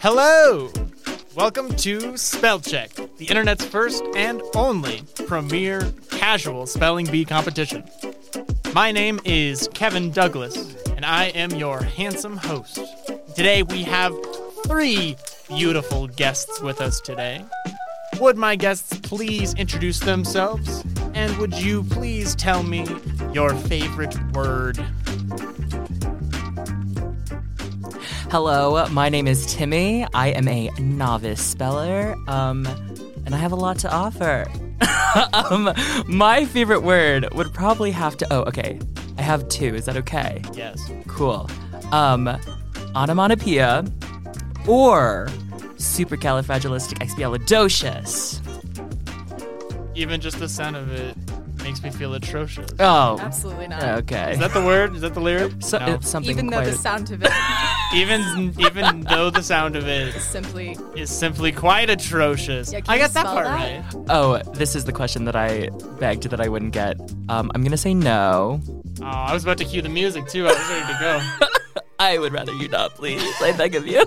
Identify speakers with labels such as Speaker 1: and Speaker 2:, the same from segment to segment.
Speaker 1: Hello! Welcome to Spell Check, the internet's first and only premier casual spelling bee competition. My name is Kevin Douglas, and I am your handsome host. Today we have three beautiful guests with us today. Would my guests please introduce themselves? And would you please tell me your favorite word?
Speaker 2: Hello, my name is Timmy. I am a novice speller, um, and I have a lot to offer. um, my favorite word would probably have to. Oh, okay. I have two. Is that okay?
Speaker 1: Yes.
Speaker 2: Cool. Um, onomatopoeia or supercalifragilisticexpialidocious.
Speaker 1: Even just the sound of it makes me feel atrocious.
Speaker 2: Oh,
Speaker 3: Absolutely not.
Speaker 2: okay.
Speaker 1: Is that the word? Is that the lyric?
Speaker 2: so,
Speaker 1: no.
Speaker 2: it's something
Speaker 3: Even though
Speaker 2: quite
Speaker 3: the sound of it
Speaker 1: even even though the sound of it
Speaker 3: is simply
Speaker 1: is simply quite atrocious.
Speaker 3: Yeah, can
Speaker 1: I
Speaker 3: you
Speaker 1: got that
Speaker 3: spell
Speaker 1: part
Speaker 3: that?
Speaker 1: right.
Speaker 2: Oh, this is the question that I begged that I wouldn't get. Um, I'm gonna say no.
Speaker 1: Oh, I was about to cue the music too. I was ready to go.
Speaker 2: I would rather you not, please. I beg of you.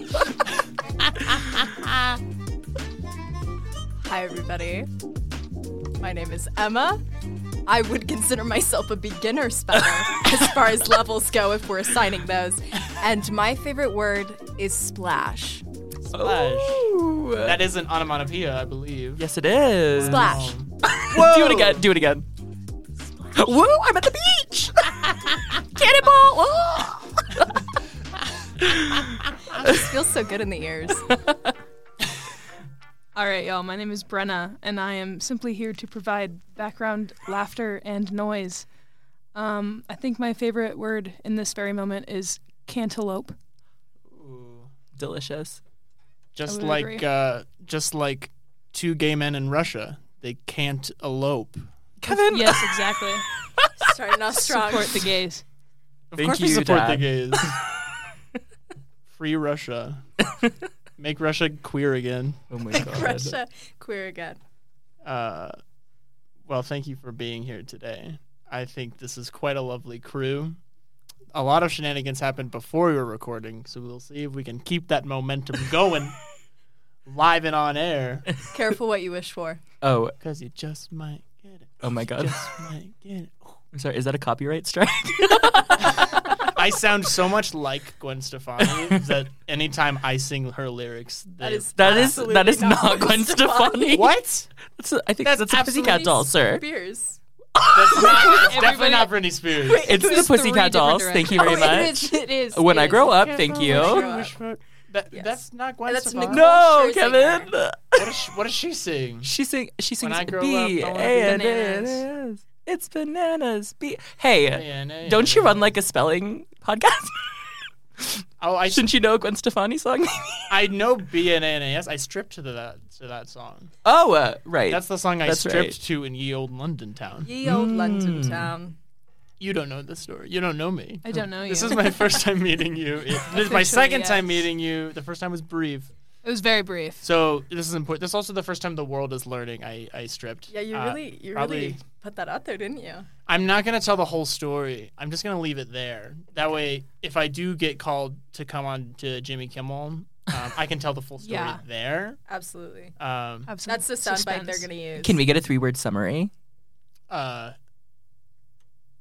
Speaker 3: Hi, everybody. My name is Emma. I would consider myself a beginner speller as far as levels go if we're assigning those. And my favorite word is splash.
Speaker 1: Splash.
Speaker 2: Ooh.
Speaker 1: That is an onomatopoeia, I believe.
Speaker 2: yes, it is.
Speaker 3: Splash.
Speaker 2: Do it again. Do it again. Woo! I'm at the beach. Cannonball. Whoa.
Speaker 3: This feels so good in the ears.
Speaker 4: All right, y'all. My name is Brenna, and I am simply here to provide background laughter and noise. Um, I think my favorite word in this very moment is cantaloupe.
Speaker 1: Ooh.
Speaker 2: Delicious.
Speaker 1: Just
Speaker 4: would
Speaker 1: like
Speaker 4: agree.
Speaker 1: uh, just like two gay men in Russia, they can't elope.
Speaker 2: Kevin.
Speaker 4: Yes, exactly.
Speaker 3: Starting off strong.
Speaker 4: Support the gays.
Speaker 1: Of
Speaker 2: Thank
Speaker 1: course, we
Speaker 2: you,
Speaker 1: support the
Speaker 2: Dad.
Speaker 1: gays. Free Russia. Make Russia queer again.
Speaker 2: Oh my god.
Speaker 3: Russia queer again.
Speaker 1: Uh, well, thank you for being here today. I think this is quite a lovely crew. A lot of shenanigans happened before we were recording, so we'll see if we can keep that momentum going live and on air.
Speaker 3: Careful what you wish for.
Speaker 2: Oh.
Speaker 1: Because you just might get it.
Speaker 2: Oh my god.
Speaker 1: Just might get it.
Speaker 2: I'm sorry. Is that a copyright strike?
Speaker 1: I sound so much like Gwen Stefani that anytime I sing her lyrics,
Speaker 3: That
Speaker 1: they-
Speaker 3: is
Speaker 2: That is that
Speaker 3: absolutely
Speaker 2: is not, Gwen Stefani.
Speaker 1: what?
Speaker 2: That's a- I think
Speaker 1: That's
Speaker 2: that's, a pussycat
Speaker 3: Britney
Speaker 2: doll, sir.
Speaker 3: Spears.
Speaker 1: That's not, it's definitely not Britney Spears.
Speaker 2: It's
Speaker 4: It
Speaker 2: the
Speaker 4: was three
Speaker 2: pussycat
Speaker 4: different
Speaker 2: dolls. Thank you very
Speaker 3: oh,
Speaker 2: much.
Speaker 3: It is. It is
Speaker 2: When
Speaker 3: it
Speaker 2: I
Speaker 3: is.
Speaker 2: grow up, thank you.
Speaker 3: grow up.
Speaker 1: That-
Speaker 3: Yes.
Speaker 1: That's not Gwen
Speaker 3: And that's
Speaker 1: Stefani.
Speaker 3: Nicole.
Speaker 2: No, Kevin.
Speaker 3: Scherzinger.
Speaker 1: What does she, what does she sing?
Speaker 2: She sing she sings
Speaker 1: I grow up, I
Speaker 2: B
Speaker 1: wanna be
Speaker 2: A N
Speaker 4: bananas."
Speaker 2: A S. It's bananas. B. Hey,
Speaker 1: Man,
Speaker 2: don't you
Speaker 1: eh.
Speaker 2: run like a spelling podcast?
Speaker 1: Oh, I
Speaker 2: Shouldn't you know a Gwen Stefani song?
Speaker 1: I know BNNAS. I stripped to that to that song.
Speaker 2: oh, uh, right.
Speaker 1: That's the song I
Speaker 2: That's
Speaker 1: stripped
Speaker 2: right.
Speaker 1: to in Ye Old London Town.
Speaker 3: Ye old London town.
Speaker 1: You don't know this story. You don't know me.
Speaker 4: I don't know you.
Speaker 1: This is my first time meeting you. It- this is my
Speaker 4: Officially,
Speaker 1: second time
Speaker 4: yes.
Speaker 1: meeting you. The first time was brief.
Speaker 4: it was very brief.
Speaker 1: So this is important. This is also the first time the world is learning. I, I stripped.
Speaker 3: Yeah, you
Speaker 1: Uh,
Speaker 3: really, you
Speaker 1: probably-
Speaker 3: really put that out there, didn't you?
Speaker 1: I'm not gonna tell the whole story. I'm just gonna leave it there. That way, if I do get called to come on to Jimmy Kimmel, um, I can tell the full story
Speaker 4: Yeah.
Speaker 1: there.
Speaker 3: Absolutely.
Speaker 1: Um,
Speaker 4: Have some
Speaker 3: That's the soundbite they're
Speaker 4: suspense.
Speaker 3: going to use.
Speaker 2: Can we get a three word summary?
Speaker 1: uh,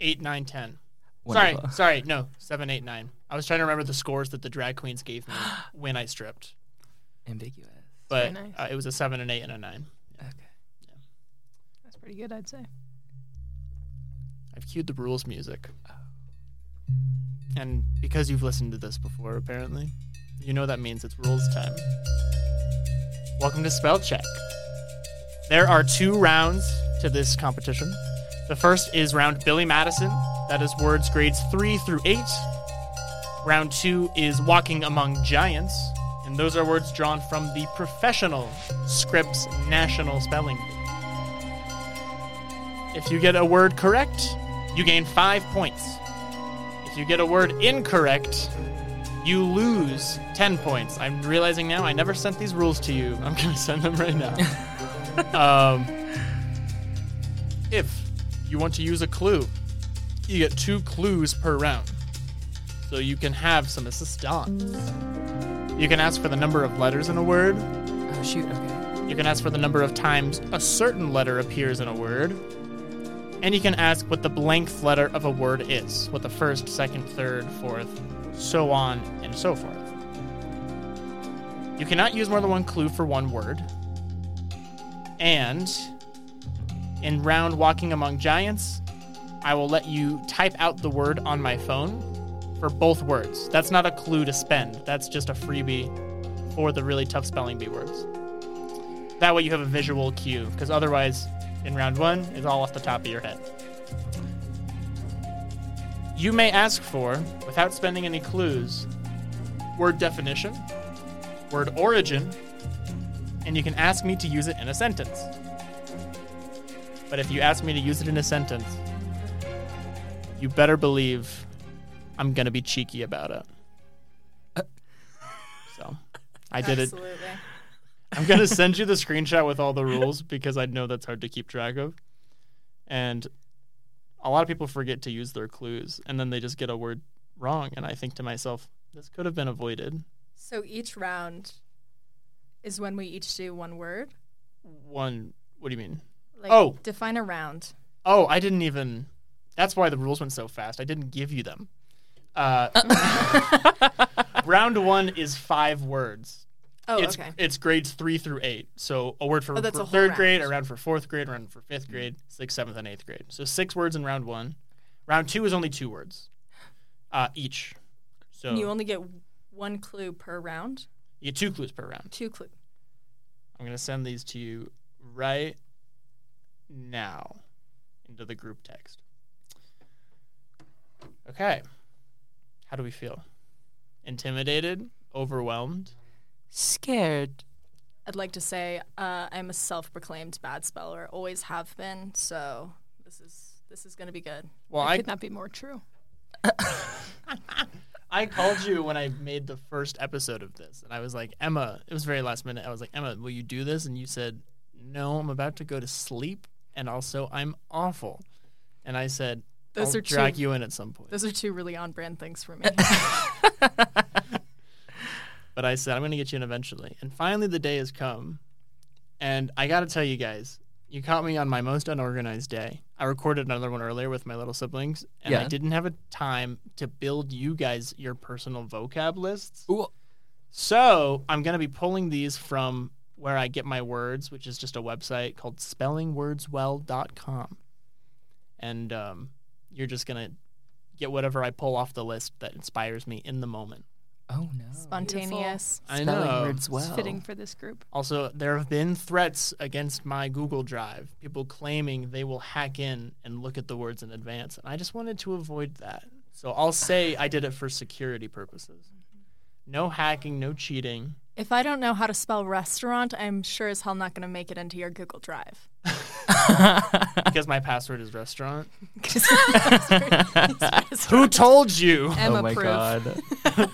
Speaker 1: eight, nine, ten.
Speaker 2: Wonderful.
Speaker 1: Sorry, sorry, no, seven, eight, nine. I was trying to remember the scores that the drag queens gave me when I stripped,
Speaker 2: Ambiguous.
Speaker 1: but
Speaker 4: Very nice.
Speaker 1: uh, it was a seven, an eight, and a nine.
Speaker 2: Okay.
Speaker 4: That's pretty good, I'd say.
Speaker 1: I've cued the rules music, and because you've listened to this before, apparently, you know that means it's rules time. Welcome to spell check. There are two rounds to this competition. The first is round Billy Madison. That is words grades three through eight. Round two is Walking Among Giants. And those are words drawn from the professional Scripps National Spelling Bee. If you get a word correct, you gain five points. If you get a word incorrect, you lose 10 points. I'm realizing now I never sent these rules to you. I'm going to send them right now. um, if you want to use a clue, you get two clues per round. So you can have some assistance. You can ask for the number of letters in a word.
Speaker 5: Oh shoot. Okay.
Speaker 1: You can ask for the number of times a certain letter appears in a word. And you can ask what the blank letter of a word is, what the first, second, third, fourth, so on and so forth. You cannot use more than one clue for one word. And in round walking among giants, I will let you type out the word on my phone for both words. That's not a clue to spend. That's just a freebie for the really tough spelling bee words. That way you have a visual cue, because otherwise, in round one, it's all off the top of your head. You may ask for, without spending any clues, word definition, word origin, and you can ask me to use it in a sentence. But if you ask me to use it in a sentence, you better believe I'm going to be cheeky about it. So, I did it.
Speaker 3: Absolutely.
Speaker 1: I'm gonna send you the screenshot with all the rules because I know that's hard to keep track of, and a lot of people forget to use their clues, and then they just get a word wrong. And I think to myself, this could have been avoided.
Speaker 3: So each round is when we each do one word.
Speaker 1: One, what do you mean?
Speaker 3: Like,
Speaker 1: Oh.
Speaker 3: define a round.
Speaker 1: Oh, I didn't even. That's why the rules went so fast. I didn't give you them. Uh, round one is five words.
Speaker 3: Oh,
Speaker 1: it's
Speaker 3: okay.
Speaker 1: it's grades three through eight. So a word for,
Speaker 3: Oh, that's
Speaker 1: for
Speaker 3: a whole
Speaker 1: third
Speaker 3: round.
Speaker 1: grade, a round for fourth grade, a round for fifth grade, sixth, seventh, and eighth grade. So six words in round one. Round two is only two words, uh, each. So
Speaker 3: You only get one clue per round.
Speaker 1: you get two clues per round.
Speaker 3: Two clues.
Speaker 1: I'm gonna send these to you right now into the group text. Okay. How do we feel? Intimidated? Overwhelmed?
Speaker 5: Scared.
Speaker 3: I'd like to say uh, I'm a self-proclaimed bad speller. Always have been. So this is this is gonna be good.
Speaker 1: Well,
Speaker 4: I
Speaker 1: I
Speaker 4: could not be more true.
Speaker 1: I called you when I made the first episode of this, and I was like, Emma, it was very last minute. I was like, Emma, will you do this? And you said, No, I'm about to go to sleep, and also I'm awful. And I said,
Speaker 3: Those
Speaker 1: I'll
Speaker 3: are two-
Speaker 1: drag you in at some point.
Speaker 3: Those are two really on-brand things for me.
Speaker 1: But I said, I'm going to get you in eventually. And finally, the day has come. And I got to tell you guys, you caught me on my most unorganized day. I recorded another one earlier with my little siblings, and I
Speaker 5: Yeah.
Speaker 1: didn't have a time to build you guys your personal vocab lists.
Speaker 5: Ooh.
Speaker 1: So I'm going to be pulling these from where I get my words, which is just a website called spellingwordswell.com. And um, you're just going to get whatever I pull off the list that inspires me in the moment.
Speaker 5: Oh no.
Speaker 3: Spontaneous.
Speaker 1: I
Speaker 5: Spelling
Speaker 1: know.
Speaker 5: words well.
Speaker 2: Oh.
Speaker 4: It's fitting for this group.
Speaker 1: Also, there have been threats against my Google Drive, people claiming they will hack in and look at the words in advance. And I just wanted to avoid that. So I'll say I did it for security purposes. No hacking, no cheating.
Speaker 3: If I don't know how to spell restaurant, I'm sure as hell not gonna make it into your Google Drive.
Speaker 1: Because my password is restaurant.
Speaker 3: 'Cause it's very- it's very-
Speaker 1: Who told you?
Speaker 2: Oh
Speaker 3: Emma proof.
Speaker 5: god.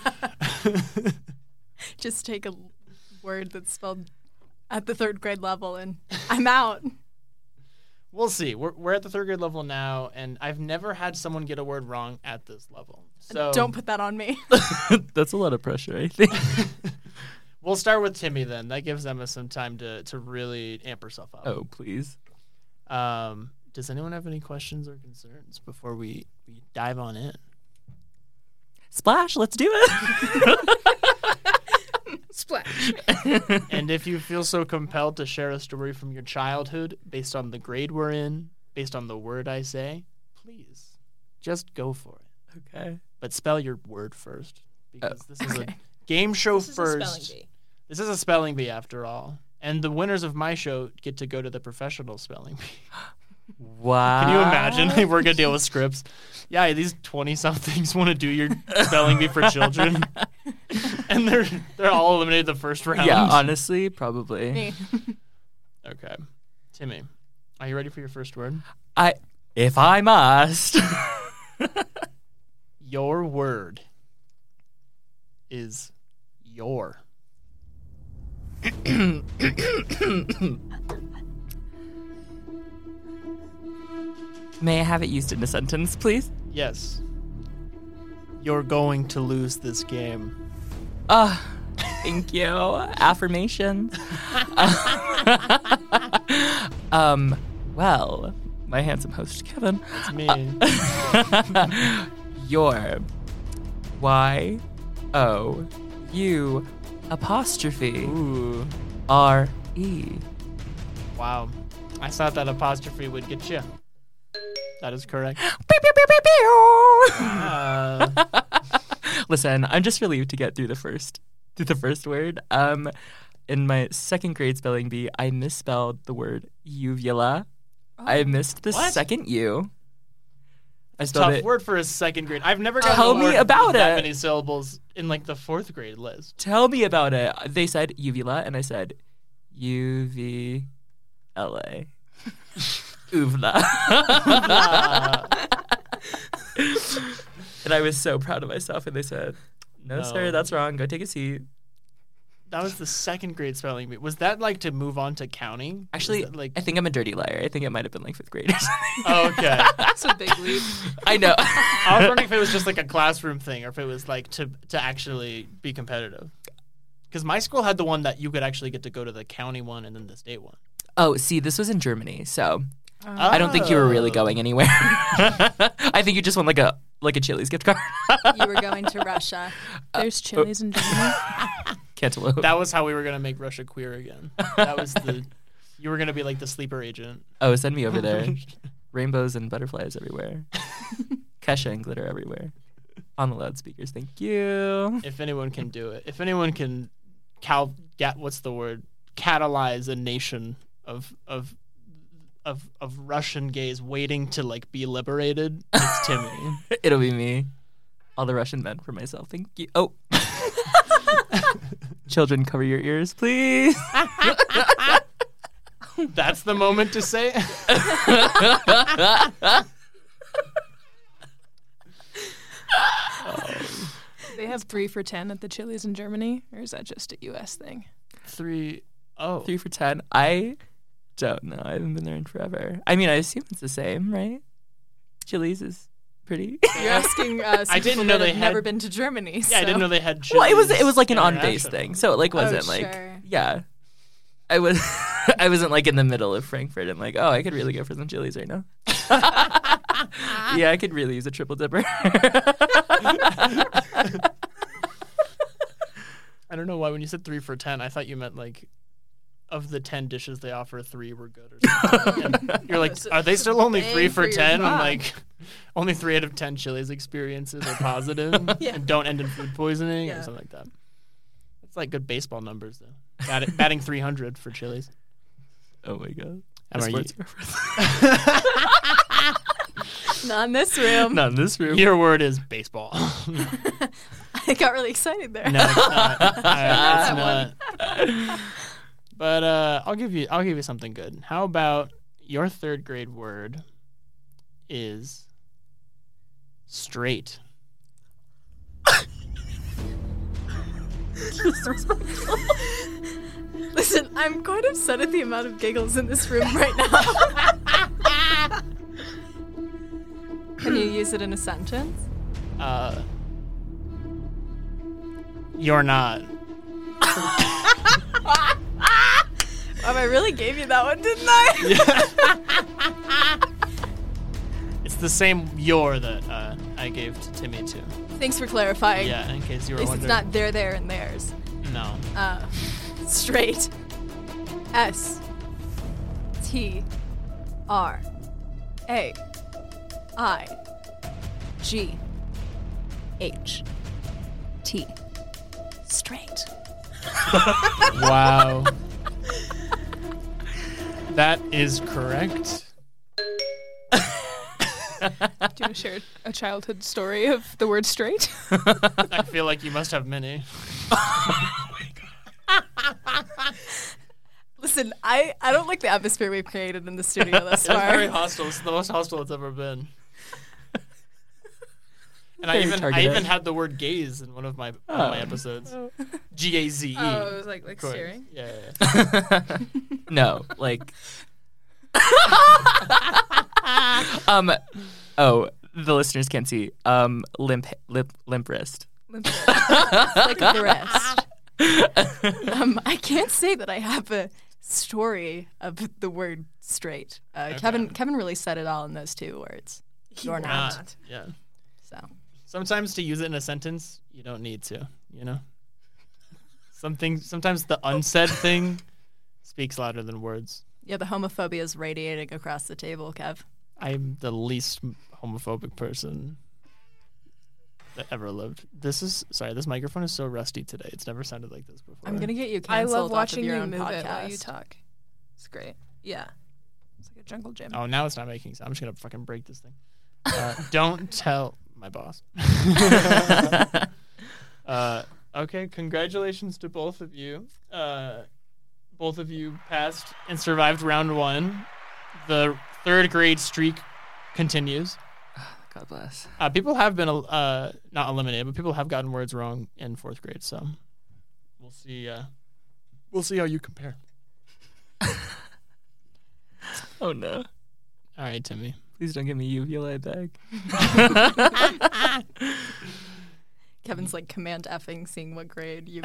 Speaker 3: Just take a l- word that's spelled at the third grade level, and I'm out.
Speaker 1: We'll see. We're, we're at the third grade level now, and I've never had someone get a word wrong at this level. So
Speaker 3: Don't put that on me.
Speaker 5: That's a lot of pressure, I think.
Speaker 1: we'll start with Timmy then. That gives Emma some time to, to really amp herself up.
Speaker 5: oh, please.
Speaker 1: Um, does anyone have any questions or concerns before we, we dive on in?
Speaker 5: Splash, let's do it.
Speaker 3: Splash.
Speaker 1: and if you feel so compelled to share a story from your childhood based on the grade we're in, based on the word I say, please just go for it.
Speaker 5: okay.
Speaker 1: But spell your word first because this is a game show first. This is a spelling bee after all. And the winners of my show get to go to the professional spelling bee.
Speaker 5: Wow.
Speaker 1: Can you imagine? We're gonna deal with scripts. Yeah, these twenty somethings want to do your spelling bee for children, and they're they're all eliminated the first round.
Speaker 5: Yeah, honestly, probably.
Speaker 3: Me.
Speaker 1: okay, Timmy, are you ready for your first word?
Speaker 5: I if I must.
Speaker 1: Your word is your.
Speaker 5: May I have it used in a sentence, please?
Speaker 1: Yes, you're going to lose this game.
Speaker 5: Ah.
Speaker 2: Thank you. Affirmation. um, well, my handsome host, Kevin,
Speaker 1: It's me.
Speaker 2: your Y O U apostrophe
Speaker 1: Ooh.
Speaker 2: R E.
Speaker 1: Wow. I thought that apostrophe would get you. That is correct. Uh,
Speaker 2: Listen, I'm just relieved to get through the first through the first word. Um, in my second grade spelling bee, I misspelled the word uvula. I missed the
Speaker 1: Oh, What?
Speaker 2: second U. I spelled
Speaker 1: tough
Speaker 2: it.
Speaker 1: word for a second grade. I've never gotten
Speaker 2: Tell
Speaker 1: a
Speaker 2: me
Speaker 1: word
Speaker 2: about
Speaker 1: with that
Speaker 2: it.
Speaker 1: many syllables in like the fourth grade list.
Speaker 2: Tell me about it. They said uvula, and I said uvla. Uvla. and I was so proud of myself. And they said, "No,
Speaker 1: No.
Speaker 2: sir, that's wrong. Go take a seat."
Speaker 1: That was the second grade spelling bee. Was that like to move on to counting? Was
Speaker 2: Actually,
Speaker 1: that, like
Speaker 2: I think I'm a dirty liar. I think it might have been like fifth grade. or something.
Speaker 1: oh, okay.
Speaker 4: That's a big leap.
Speaker 2: I know.
Speaker 1: I was wondering if it was just like a classroom thing or if it was like to to actually be competitive. Because my school had the one that you could actually get to go to the county one and then the state one.
Speaker 2: oh, see, this was in Germany, so I don't think you were really
Speaker 1: Oh.
Speaker 2: going anywhere. I think you just won like a like a Chili's gift card.
Speaker 3: You were going to Russia.
Speaker 4: There's chilies
Speaker 2: Uh,
Speaker 4: in Germany.
Speaker 2: Cantaloupe.
Speaker 1: That was how we were gonna make Russia queer again. That was the you were gonna be like the sleeper agent.
Speaker 2: oh, send me over there. Rainbows and butterflies everywhere. Kesha and glitter everywhere. On the loudspeakers. Thank you.
Speaker 1: if anyone can do it, if anyone can cal get what's the word catalyze a nation of of of of Russian gays waiting to like be liberated, it's Timmy.
Speaker 2: It'll be me. All the Russian men for myself. Thank you. Oh. Children, cover your ears, please.
Speaker 1: That's the moment to say. it.
Speaker 4: They have three for ten at the Chili's in Germany, or is that just a U.S. thing?
Speaker 1: Three oh
Speaker 2: Three for ten. I don't know. I haven't been there in forever. I mean, I assume it's the same, right? Chili's is pretty.
Speaker 3: You're asking uh, us.
Speaker 1: I didn't know they had-
Speaker 3: never been to Germany.
Speaker 1: Yeah, I didn't know they had.
Speaker 2: well, it was it
Speaker 1: Chili's
Speaker 2: was like an on base
Speaker 1: International.
Speaker 2: thing, so it like wasn't like
Speaker 3: sure.
Speaker 2: yeah. I was I wasn't like in the middle of Frankfurt. I'm like, oh, I could really go for some Chili's right now. yeah, I could really use a triple dipper.
Speaker 1: I don't know why when you said three for ten, I thought you meant like. Of the ten dishes they offer, three were good. Or something. And you're like, are they still only
Speaker 3: Thank
Speaker 1: three for
Speaker 3: you,
Speaker 1: ten? I'm
Speaker 3: Mom.
Speaker 1: like, only three out of ten Chili's experiences are positive and don't end in food poisoning or
Speaker 3: Yeah.
Speaker 1: something like that. It's like good baseball numbers though. Bat- batting 300 for Chili's.
Speaker 2: oh my god.
Speaker 1: And are you-
Speaker 2: Sports reference.
Speaker 3: Not in this room.
Speaker 2: Not in this room.
Speaker 1: Your word is baseball. no,
Speaker 3: I got really excited there.
Speaker 1: it's not. Uh, it's not. But uh, I'll give you I'll give you something good. How about your third grade word is straight.
Speaker 3: Listen, I'm quite upset at the amount of giggles in this room right now. Can you use it in a sentence?
Speaker 1: Uh, you're not.
Speaker 3: Oh, I really gave you that one, didn't I?
Speaker 1: It's the same your that uh, I gave to Timmy too.
Speaker 3: Thanks for clarifying.
Speaker 1: Yeah, in case you
Speaker 3: At
Speaker 1: were
Speaker 3: least it's
Speaker 1: wondering.
Speaker 3: not their, there, and theirs.
Speaker 1: no.
Speaker 3: Uh, straight. S. T. R. A. I. G. H. T. Straight.
Speaker 1: Wow. that is correct.
Speaker 4: Do you want to share a childhood story of the word straight?
Speaker 1: I feel like you must have many.
Speaker 3: Listen, I, I don't like the atmosphere we've created in the studio thus
Speaker 1: It was very
Speaker 3: far.
Speaker 1: hostile. It's the most hostile it's ever been. And I
Speaker 2: Very
Speaker 1: even I
Speaker 2: targeted.
Speaker 1: even had the word gaze in one of my one of my
Speaker 2: Oh.
Speaker 1: episodes. G A Z E. Of
Speaker 4: Oh, was like like
Speaker 1: course. Yeah, yeah, yeah.
Speaker 2: no, like. um, oh, the listeners can't see. Um, limp, lip, limp wrist.
Speaker 3: like the rest. Um, I can't say that I have a story of the word straight. Uh, Kevin Kevin really said it all in those two words. You're not.
Speaker 1: Ah, yeah.
Speaker 3: So
Speaker 1: Sometimes to use it in a sentence, you don't need to, you know? Something sometimes the unsaid thing speaks louder than words.
Speaker 3: yeah, the homophobia is radiating across the table, Kev.
Speaker 1: I'm the least homophobic person that ever lived. This is sorry, this microphone is so rusty today. It's never sounded like this before.
Speaker 3: I'm gonna get you
Speaker 4: I
Speaker 3: canceled
Speaker 4: love watching
Speaker 3: off of your
Speaker 4: you
Speaker 3: own
Speaker 4: move
Speaker 3: podcast.
Speaker 4: it while you talk. It's great. Yeah. It's like a jungle gym.
Speaker 1: Oh, now it's not making sense. I'm just gonna fucking break this thing. Uh, don't tell my boss. uh, okay, congratulations to both of you. Uh, both of you passed and survived round one. The third grade streak continues.
Speaker 5: God bless.
Speaker 1: Uh, people have been el- uh, not eliminated, but people have gotten words wrong in fourth grade. So we'll see. Uh, we'll see how you compare.
Speaker 5: Oh no.
Speaker 1: All right, Timmy.
Speaker 5: Please don't give me uvula back.
Speaker 3: Kevin's like command effing, seeing what grade you.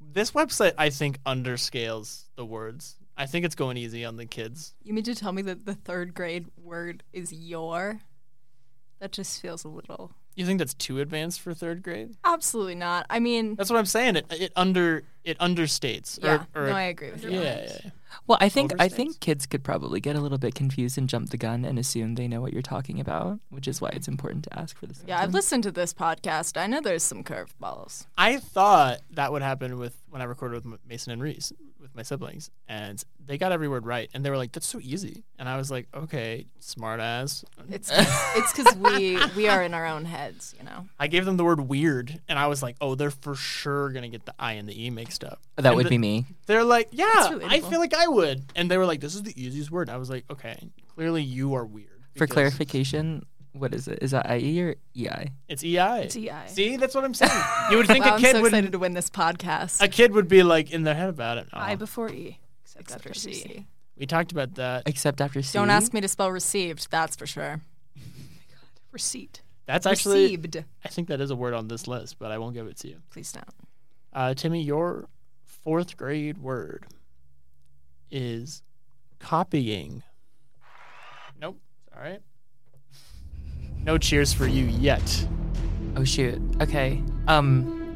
Speaker 1: This website, I think, underscales the words. I think it's going easy on the kids.
Speaker 3: you mean to tell me that the third grade word is your? That just feels a little.
Speaker 1: You think that's too advanced for third grade?
Speaker 3: Absolutely not. I mean,
Speaker 1: That's what I'm saying. It it under it understates.
Speaker 3: yeah,
Speaker 1: Or, or,
Speaker 3: no, I agree with
Speaker 1: yeah,
Speaker 3: you.
Speaker 1: yeah, yeah.
Speaker 5: Well, I think I
Speaker 1: Overstates.
Speaker 5: think kids could probably get a little bit confused and jump the gun and assume they know what you're talking about, which is why it's important to ask for this.
Speaker 3: Yeah, I've listened to this podcast. I know there's some curveballs.
Speaker 1: I thought that would happen with when I recorded with M- Mason and Reese with my siblings, and they got every word right, and they were like, "That's so easy," and I was like, "Okay, smart ass."
Speaker 3: It's 'cause- it's because we we are in our own heads, you know.
Speaker 1: I gave them the word weird, and I was like, "Oh, they're for sure gonna get the I and the E mixed up."
Speaker 5: that
Speaker 1: And
Speaker 5: would
Speaker 1: the-
Speaker 5: be me.
Speaker 1: They're like, "Yeah,
Speaker 3: That's
Speaker 1: I
Speaker 3: relatable.
Speaker 1: feel like I would," and they were like, "This is the easiest word." And I was like, "Okay, clearly you are weird."
Speaker 5: For
Speaker 1: because
Speaker 5: clarification, what is it? Is that IE or E EI?
Speaker 1: it's EI.
Speaker 4: It's EI.
Speaker 1: See, that's what I'm saying. You would think
Speaker 3: E Wow,
Speaker 1: a
Speaker 3: I'm
Speaker 1: kid
Speaker 3: so
Speaker 1: would
Speaker 3: excited to win this podcast.
Speaker 1: a kid would be like in their head about it.
Speaker 4: I
Speaker 1: Aw.
Speaker 4: before E. Except,
Speaker 3: Except for C.
Speaker 1: we talked about that.
Speaker 5: Except after C.
Speaker 3: Don't ask me to spell received. That's for sure.
Speaker 4: Receipt.
Speaker 1: That's actually
Speaker 3: received.
Speaker 1: I think that is a word on this list, but I won't give it to you.
Speaker 3: Please don't.
Speaker 1: Uh, Timmy, your fourth grade word is copying. Nope. All right. No cheers for you yet.
Speaker 5: Oh shoot. Okay. Um.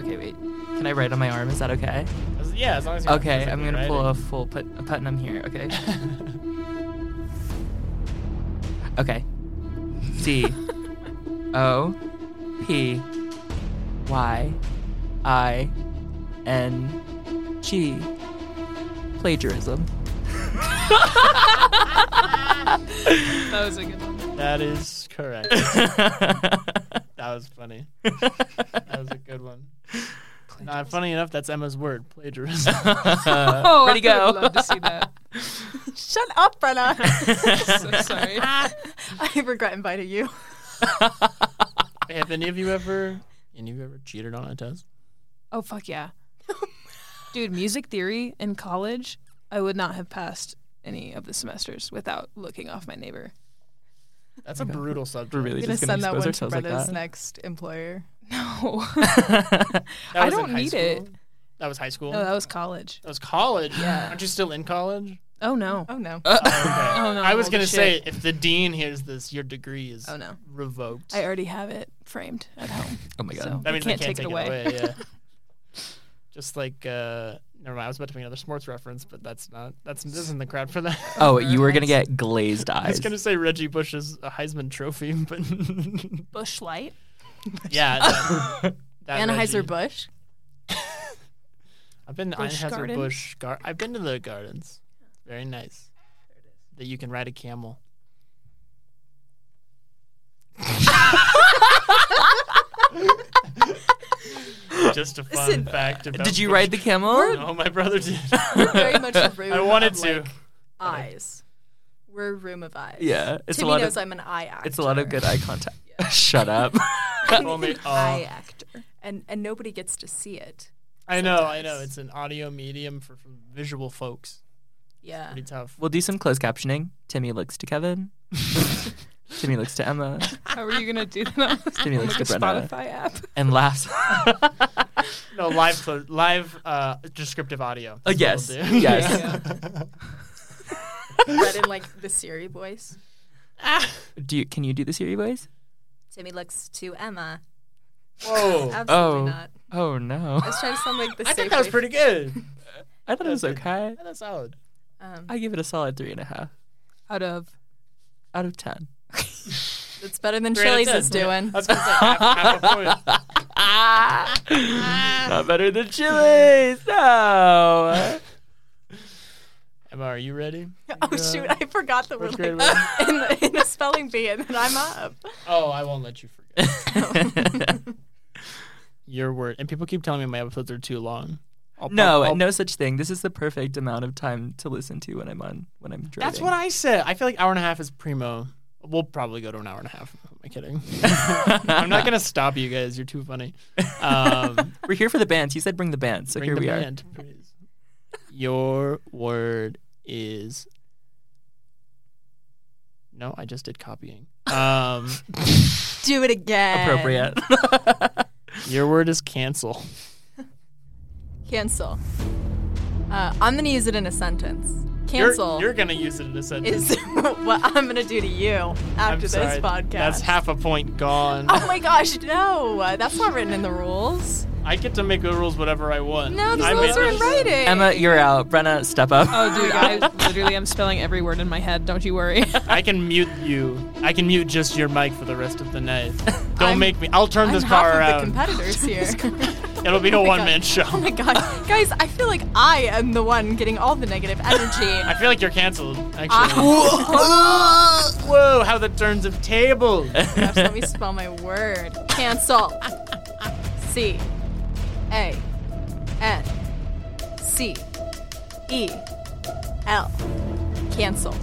Speaker 5: Okay, wait. Can I write on my arm? Is that okay?
Speaker 1: As- Yeah, as long as you're not
Speaker 5: Okay, I'm
Speaker 1: physically
Speaker 5: gonna pull a
Speaker 1: writing.
Speaker 5: full put a putnam here. Okay. okay. D O P Y I N G plagiarism.
Speaker 4: That was a good one.
Speaker 1: That is correct. that was funny. That was a good one. Now, funny enough, that's Emma's word, plagiarism.
Speaker 4: oh,
Speaker 5: ready
Speaker 4: I would
Speaker 5: go.
Speaker 4: love to see that.
Speaker 3: Shut up, Brenna.
Speaker 4: so sorry.
Speaker 3: I regret inviting you.
Speaker 1: Have any of you ever, any of you ever cheated on a test?
Speaker 4: Oh fuck yeah. Dude, music theory in college, I would not have passed any of the semesters without looking off my neighbor.
Speaker 1: That's a brutal subject.
Speaker 5: We're really
Speaker 3: I'm gonna
Speaker 5: just
Speaker 3: send
Speaker 5: gonna
Speaker 3: that one
Speaker 5: expose
Speaker 3: to
Speaker 5: ourselves like
Speaker 3: Brenna's
Speaker 5: that.
Speaker 3: next employer.
Speaker 4: No.
Speaker 1: Oh. That
Speaker 4: I
Speaker 1: was in
Speaker 4: don't
Speaker 1: high
Speaker 4: need it.
Speaker 1: school? That was high school.
Speaker 4: no, that was college.
Speaker 1: That was college. Yeah. Aren't you still in college?
Speaker 4: Oh no.
Speaker 3: Oh no.
Speaker 1: oh,
Speaker 4: no,
Speaker 1: I was
Speaker 4: holy
Speaker 1: gonna say
Speaker 4: shit.
Speaker 1: if the dean hears this, your degree is
Speaker 4: Oh no.
Speaker 1: revoked.
Speaker 4: I already have it framed at home.
Speaker 5: Oh my god.
Speaker 4: So-
Speaker 1: that means they
Speaker 4: can't
Speaker 1: can't
Speaker 4: take
Speaker 1: take,
Speaker 4: it
Speaker 1: it away. yeah. Just like uh, never mind. I was about to make another sports reference, but that's not that's this isn't the crowd for that.
Speaker 5: Oh, you were gonna get glazed
Speaker 1: I was
Speaker 5: eyes.
Speaker 1: gonna say Reggie Bush's Heisman Trophy, but
Speaker 4: Bush light.
Speaker 1: yeah, that, that
Speaker 3: Anheuser
Speaker 1: Reggie.
Speaker 3: Busch.
Speaker 1: I've been to
Speaker 4: Busch
Speaker 1: Anheuser
Speaker 4: Gardens.
Speaker 1: Busch. Gar- I've been to the gardens. Very nice. That you can ride a camel. Just a fun fact about.
Speaker 5: Did you ride the camel?
Speaker 1: No, my brother did.
Speaker 3: Very much a room
Speaker 1: I wanted
Speaker 3: of,
Speaker 1: to.
Speaker 3: like, eyes. We're a room of eyes.
Speaker 5: Yeah, it's
Speaker 3: Timmy
Speaker 5: a lot
Speaker 3: knows
Speaker 5: of
Speaker 3: I'm an eye actor.
Speaker 5: it's a lot of good eye contact. Shut up.
Speaker 3: I'm
Speaker 1: Call me
Speaker 3: an eye
Speaker 1: off.
Speaker 3: actor, and and nobody gets to see it.
Speaker 1: I know, I know. It's an audio medium for, for visual folks.
Speaker 3: Yeah.
Speaker 1: Pretty tough.
Speaker 5: We'll do some closed captioning. Timmy looks to Kevin.
Speaker 2: Timmy looks to Emma
Speaker 4: How are you gonna do that? on
Speaker 2: Stimulus
Speaker 4: like a
Speaker 2: to Brenna.
Speaker 4: Spotify app.
Speaker 2: and laughs.
Speaker 1: No live, clo- live uh, descriptive audio.
Speaker 2: Oh, yes. Yes.
Speaker 3: Read in like the Siri voice.
Speaker 2: Do you, can you do the Siri voice?
Speaker 3: Timmy looks to Emma.
Speaker 1: Whoa.
Speaker 3: Absolutely
Speaker 2: Oh.
Speaker 3: not.
Speaker 2: Oh no.
Speaker 3: I was trying to sound like the
Speaker 1: I
Speaker 3: safe
Speaker 1: think that was
Speaker 3: way-
Speaker 1: pretty good.
Speaker 2: I thought it was okay.
Speaker 1: That's solid.
Speaker 3: Um,
Speaker 2: I give it a solid three and a half
Speaker 4: Out of
Speaker 2: out of ten.
Speaker 3: it's better than
Speaker 1: Three out of
Speaker 3: Chili's is
Speaker 1: ten.
Speaker 3: doing.
Speaker 1: I was gonna say half, half a point. Ah.
Speaker 2: Not better than Chili's. No.
Speaker 1: Emma, are you ready?
Speaker 3: Oh shoot, I forgot that we're
Speaker 1: Fourth grade
Speaker 3: like in, the, in the spelling bee, and then I'm up.
Speaker 1: Oh, I won't let you forget. Your word. And people keep telling me my episodes are too long. I'll
Speaker 2: no,
Speaker 1: prob- I'll-
Speaker 2: no such thing. This is the perfect amount of time to listen to when I'm on when I'm driving.
Speaker 1: That's what I said. I feel like hour and a half is primo. We'll probably go to an hour and a half. Am I kidding? I'm not gonna stop you guys. You're too funny. Um,
Speaker 2: We're here for the bands. You said bring the bands, so
Speaker 1: bring
Speaker 2: here
Speaker 1: the
Speaker 2: we are.
Speaker 1: band, please. Your word is. No, I just did copying. Um,
Speaker 3: Do it again.
Speaker 2: Appropriate.
Speaker 1: your word is cancel.
Speaker 3: Cancel. Uh, I'm gonna use it in a sentence.
Speaker 1: You're-
Speaker 3: Cancel
Speaker 1: You're, gonna use it in a sentence.
Speaker 3: is what I'm gonna do to you
Speaker 1: I'm
Speaker 3: after this
Speaker 1: sorry.
Speaker 3: podcast.
Speaker 1: That's half a point gone.
Speaker 3: Oh my gosh, no! That's not written in the rules.
Speaker 1: I get to make the rules whatever I want.
Speaker 3: No, the
Speaker 1: I
Speaker 3: rules
Speaker 1: made
Speaker 3: are in
Speaker 1: this-
Speaker 3: writing.
Speaker 2: Emma, you're out. Brenna, step up.
Speaker 4: Oh, dude, I literally am spelling every word in my head. Don't you worry.
Speaker 1: I can mute you. I can mute just your mic for the rest of the night. Don't
Speaker 3: I'm-
Speaker 1: make me. I'll turn
Speaker 3: I'm
Speaker 1: this
Speaker 3: half
Speaker 1: car
Speaker 3: of
Speaker 1: around.
Speaker 3: the competitors here.
Speaker 1: It'll be a one man
Speaker 3: oh
Speaker 1: show.
Speaker 3: my god, guys! I feel like I am the one getting all the negative
Speaker 1: I
Speaker 3: energy.
Speaker 1: feel like you're canceled, actually.
Speaker 3: Ah.
Speaker 1: Whoa, how the turns of tables.
Speaker 3: Gosh, let me spell my word. Cancel. C A N C E L. Cancel.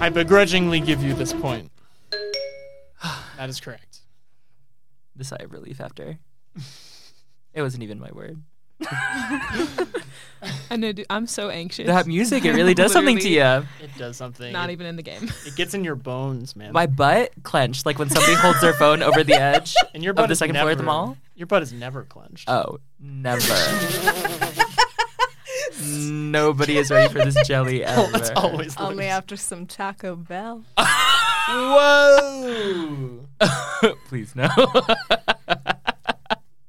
Speaker 1: I begrudgingly give you this point. That is correct.
Speaker 2: the sigh of relief after. It wasn't even my word.
Speaker 4: I know, dude, I'm so anxious.
Speaker 2: That music, it really does something to you.
Speaker 1: It does something.
Speaker 4: Not
Speaker 1: it,
Speaker 4: even in the game.
Speaker 1: It gets in your bones, man.
Speaker 2: My butt clenched, like when somebody holds their phone over the edge
Speaker 1: and your butt
Speaker 2: of the
Speaker 1: is
Speaker 2: second
Speaker 1: never,
Speaker 2: floor at the mall.
Speaker 1: Your butt is never clenched.
Speaker 2: Oh, never. Nobody is ready for this jelly ever.
Speaker 1: That's always
Speaker 4: Oh,
Speaker 1: the
Speaker 3: Only
Speaker 1: way.
Speaker 3: after some Taco Bell.
Speaker 1: Whoa.
Speaker 2: Please no.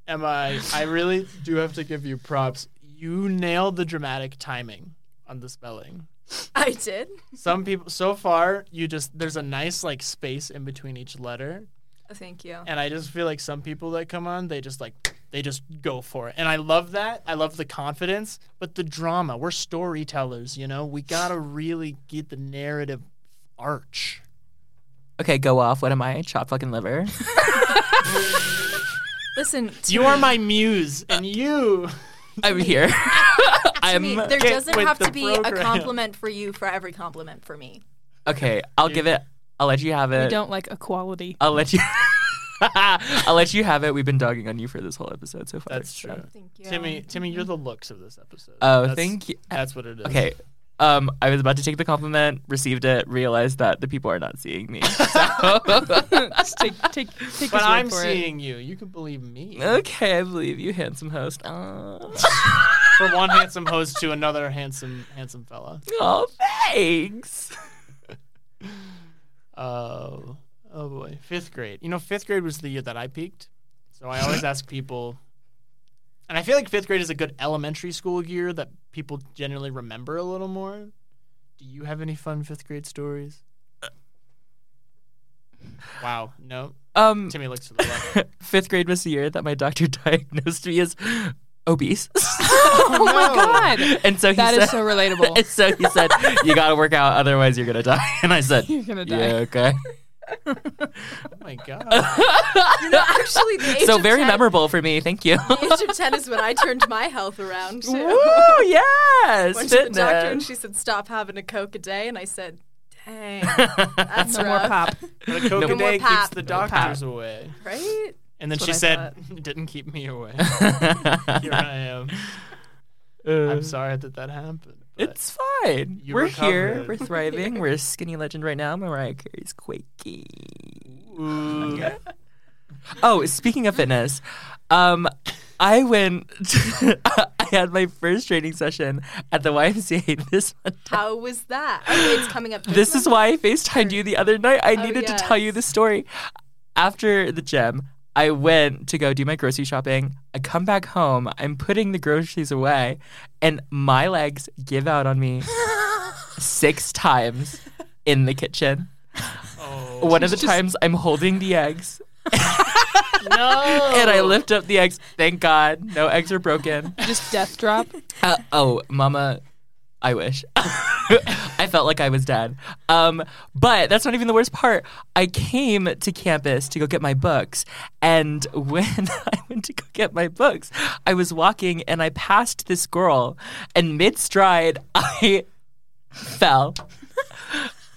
Speaker 1: Am I? I really do have to give you props. You nailed the dramatic timing on the spelling.
Speaker 3: I did.
Speaker 1: Some people, so far, you just there's a nice like space in between each letter,
Speaker 3: Thank you.
Speaker 1: and I just feel like some people that come on, they just like they just go for it, and I love that. I love the confidence, but the drama. We're storytellers, you know. We gotta really get the narrative arch.
Speaker 2: okay, go off. What am I? Chop fucking liver.
Speaker 3: Listen, to
Speaker 1: You are my muse, and you.
Speaker 2: I'm here.
Speaker 3: me,
Speaker 2: I'm
Speaker 3: there
Speaker 1: Get
Speaker 3: doesn't
Speaker 1: with
Speaker 3: have
Speaker 1: the
Speaker 3: to be
Speaker 1: program.
Speaker 3: a compliment for you for every compliment for me.
Speaker 2: okay. I'll give it. I'll let you have
Speaker 4: We
Speaker 2: it.
Speaker 4: don't like equality.
Speaker 2: I'll let you. I'll let you have it. We've been dogging on you for this whole episode so far.
Speaker 1: That's true.
Speaker 3: Thank you.
Speaker 1: Timmy, Timmy, you're the looks of this episode.
Speaker 2: Oh,
Speaker 1: That's-
Speaker 2: thank you.
Speaker 1: That's what it is.
Speaker 2: Okay. Um, I was about to take the compliment, received it, realized that the people are not seeing me. So-
Speaker 4: Just take, take, take
Speaker 1: But
Speaker 4: his word
Speaker 1: I'm
Speaker 4: for
Speaker 1: seeing you. You can believe me.
Speaker 2: okay, I believe you, handsome host. Aw.
Speaker 1: From one handsome host to another handsome handsome fella.
Speaker 2: Aw, thanks.
Speaker 1: Oh, oh boy. Fifth grade. You know, fifth grade was the year that I peaked. So I always ask people, and I feel like fifth grade is a good elementary school year that people generally remember a little more. Do you have any fun fifth grade stories? Wow. No.
Speaker 2: Um,
Speaker 1: Timmy looks to the left.
Speaker 2: fifth grade was the year that my doctor diagnosed me as obese,
Speaker 4: Oh my god,
Speaker 2: and so he
Speaker 4: that
Speaker 2: said,
Speaker 4: is so relatable.
Speaker 2: and so he said, "You gotta work out, otherwise you're gonna die." And I said,
Speaker 4: You're gonna die.
Speaker 2: "Yeah, okay."
Speaker 1: Oh my god.
Speaker 3: You know, actually, the age
Speaker 2: so
Speaker 3: of
Speaker 2: very
Speaker 3: 10
Speaker 2: memorable for me. Thank you.
Speaker 3: The age of 10 is when I turned my health around. Too.
Speaker 2: Woo! Yes,
Speaker 3: went to the doctor and
Speaker 2: fitness.
Speaker 3: she said, "Stop having a Coke a day," and I said, "Dang, that's
Speaker 4: No more
Speaker 3: rough,
Speaker 4: pop.
Speaker 1: The Coke
Speaker 2: No
Speaker 1: a day
Speaker 3: more pop.
Speaker 1: keeps the doctors away.
Speaker 3: right?"
Speaker 1: And then
Speaker 4: That's
Speaker 1: she
Speaker 4: what I
Speaker 1: said, it didn't keep me away. Here I am. I'm sorry that that happened. but
Speaker 2: Um, It's fine.
Speaker 1: You
Speaker 2: We're here.
Speaker 1: recovered.
Speaker 2: We're thriving. We're a skinny legend right now. Mariah Carey's quaking.
Speaker 1: Ooh.
Speaker 2: Oh, speaking of fitness, um, I went. I had my first training session at the YMCA this Monday.
Speaker 3: How was that? Oh, it's coming up.
Speaker 2: This is why I FaceTimed you the other night. I needed to tell you
Speaker 3: Oh, yes.
Speaker 2: the story. After the gym, I went to go do my grocery shopping. I come back home. I'm putting the groceries away, and my legs give out on me six times in the kitchen.
Speaker 1: Oh.
Speaker 2: One of the times I'm holding the eggs
Speaker 1: no.
Speaker 2: and I lift up the eggs. Thank God, no eggs are broken.
Speaker 4: Just death drop.
Speaker 2: Uh, oh, Mama, I wish. I felt like I was dead. Um, but that's not even the worst part. I came to campus to go get my books, and when I went to go get my books, I was walking and I passed this girl, and mid stride, I fell.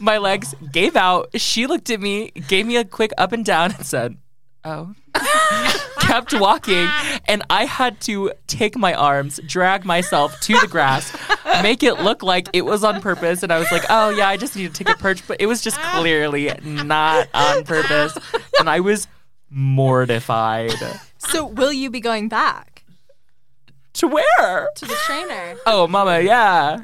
Speaker 2: My legs gave out. She looked at me, gave me a quick up and down, and said, Oh. kept walking, and I had to take my arms, drag myself to the grass, make it look like it was on purpose. And I was like, oh, yeah, I just need to take a perch. But it was just clearly not on purpose. And I was mortified.
Speaker 3: So, will you be going back
Speaker 2: To where?
Speaker 3: to the trainer?
Speaker 2: Oh, mama, yeah.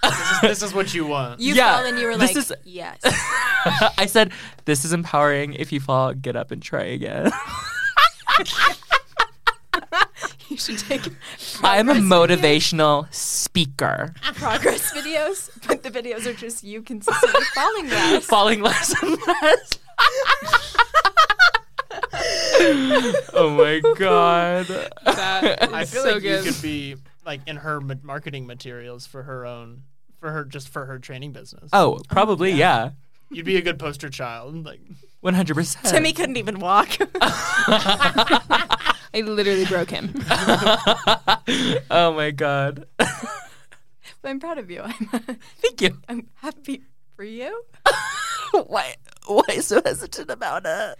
Speaker 1: this is what you want.
Speaker 3: You
Speaker 2: Yeah,
Speaker 3: fell and you were
Speaker 2: this
Speaker 3: like,
Speaker 2: is-
Speaker 3: yes.
Speaker 2: I said, this is empowering. If you fall, get up and try again.
Speaker 3: You should take
Speaker 2: I'm a motivational speaker.
Speaker 3: progress videos, but the videos are just you consistently falling less.
Speaker 2: falling less and less. oh my god.
Speaker 4: That
Speaker 1: I
Speaker 4: is
Speaker 1: feel
Speaker 4: so
Speaker 1: like
Speaker 4: good.
Speaker 1: you could be like in her ma- marketing materials for her own, for her just for her training business.
Speaker 2: Oh, probably yeah.
Speaker 1: You'd be a good poster child. Like,
Speaker 2: One hundred percent.
Speaker 3: Timmy couldn't even walk.
Speaker 4: I literally broke him.
Speaker 2: Oh my god.
Speaker 3: I'm proud of you. I'm,
Speaker 2: Thank you.
Speaker 3: I'm happy for you.
Speaker 2: Why? Why so hesitant about it?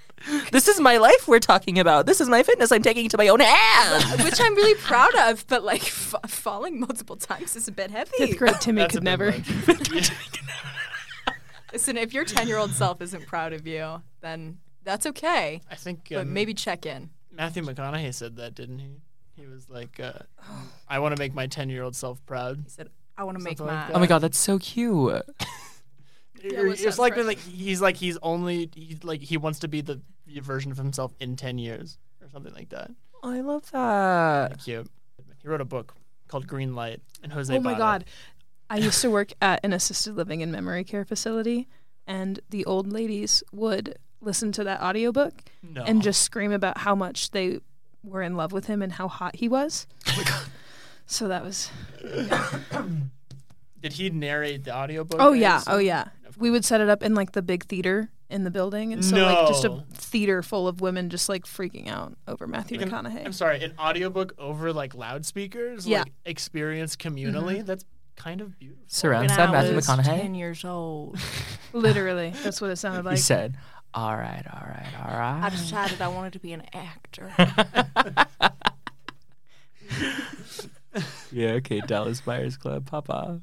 Speaker 2: This is my life we're talking about. This is my fitness. I'm taking to my own hands.
Speaker 3: which I'm really proud of. But like f- falling multiple times is a bit heavy.
Speaker 4: Fifth grade Timmy
Speaker 1: that's a
Speaker 4: could
Speaker 1: bit
Speaker 4: never.
Speaker 1: much.
Speaker 3: Listen, if your ten-year-old self isn't proud of you, then that's okay.
Speaker 1: I think
Speaker 3: But
Speaker 1: um,
Speaker 3: maybe check in.
Speaker 1: Matthew McConaughey said that, didn't he? He was like, uh, "I want to make my ten-year-old self proud."
Speaker 3: He said, "I want to make
Speaker 1: Something like
Speaker 3: my."
Speaker 2: Oh my god, that's so cute.
Speaker 4: Yeah, it
Speaker 1: it's
Speaker 4: sounds
Speaker 1: like,
Speaker 4: right.
Speaker 1: like he's like he's only he's like he wants to be the version of himself in ten years or something like that.
Speaker 2: I love that.
Speaker 1: Cute. He wrote a book called Green Light, and Jose.
Speaker 4: Oh my
Speaker 1: bought it.
Speaker 4: god. I used to work at an assisted living and memory care facility, and the old ladies would listen to that audiobook
Speaker 1: No.
Speaker 4: and just scream about how much they were in love with him and how hot he was. So that was
Speaker 1: Did he narrate the audiobook?
Speaker 4: Oh yeah,
Speaker 1: So-
Speaker 4: oh yeah. We would set it up in like the big theater in the building and so like just a
Speaker 1: No.
Speaker 4: theater full of women just like freaking out over Matthew
Speaker 1: An-
Speaker 4: McConaughey.
Speaker 1: I'm sorry, an audiobook over like loudspeakers,
Speaker 4: Yeah.
Speaker 1: like experience communally. That's kind of beautiful.
Speaker 2: Surround sound Matthew McConaughey.
Speaker 3: ten years old,
Speaker 4: Literally. That's what it sounded
Speaker 2: He
Speaker 4: like.
Speaker 2: said, "All right, all right, all right."
Speaker 3: I decided I wanted to be an actor.
Speaker 2: Yeah, okay, Dallas Buyers Club, Papa.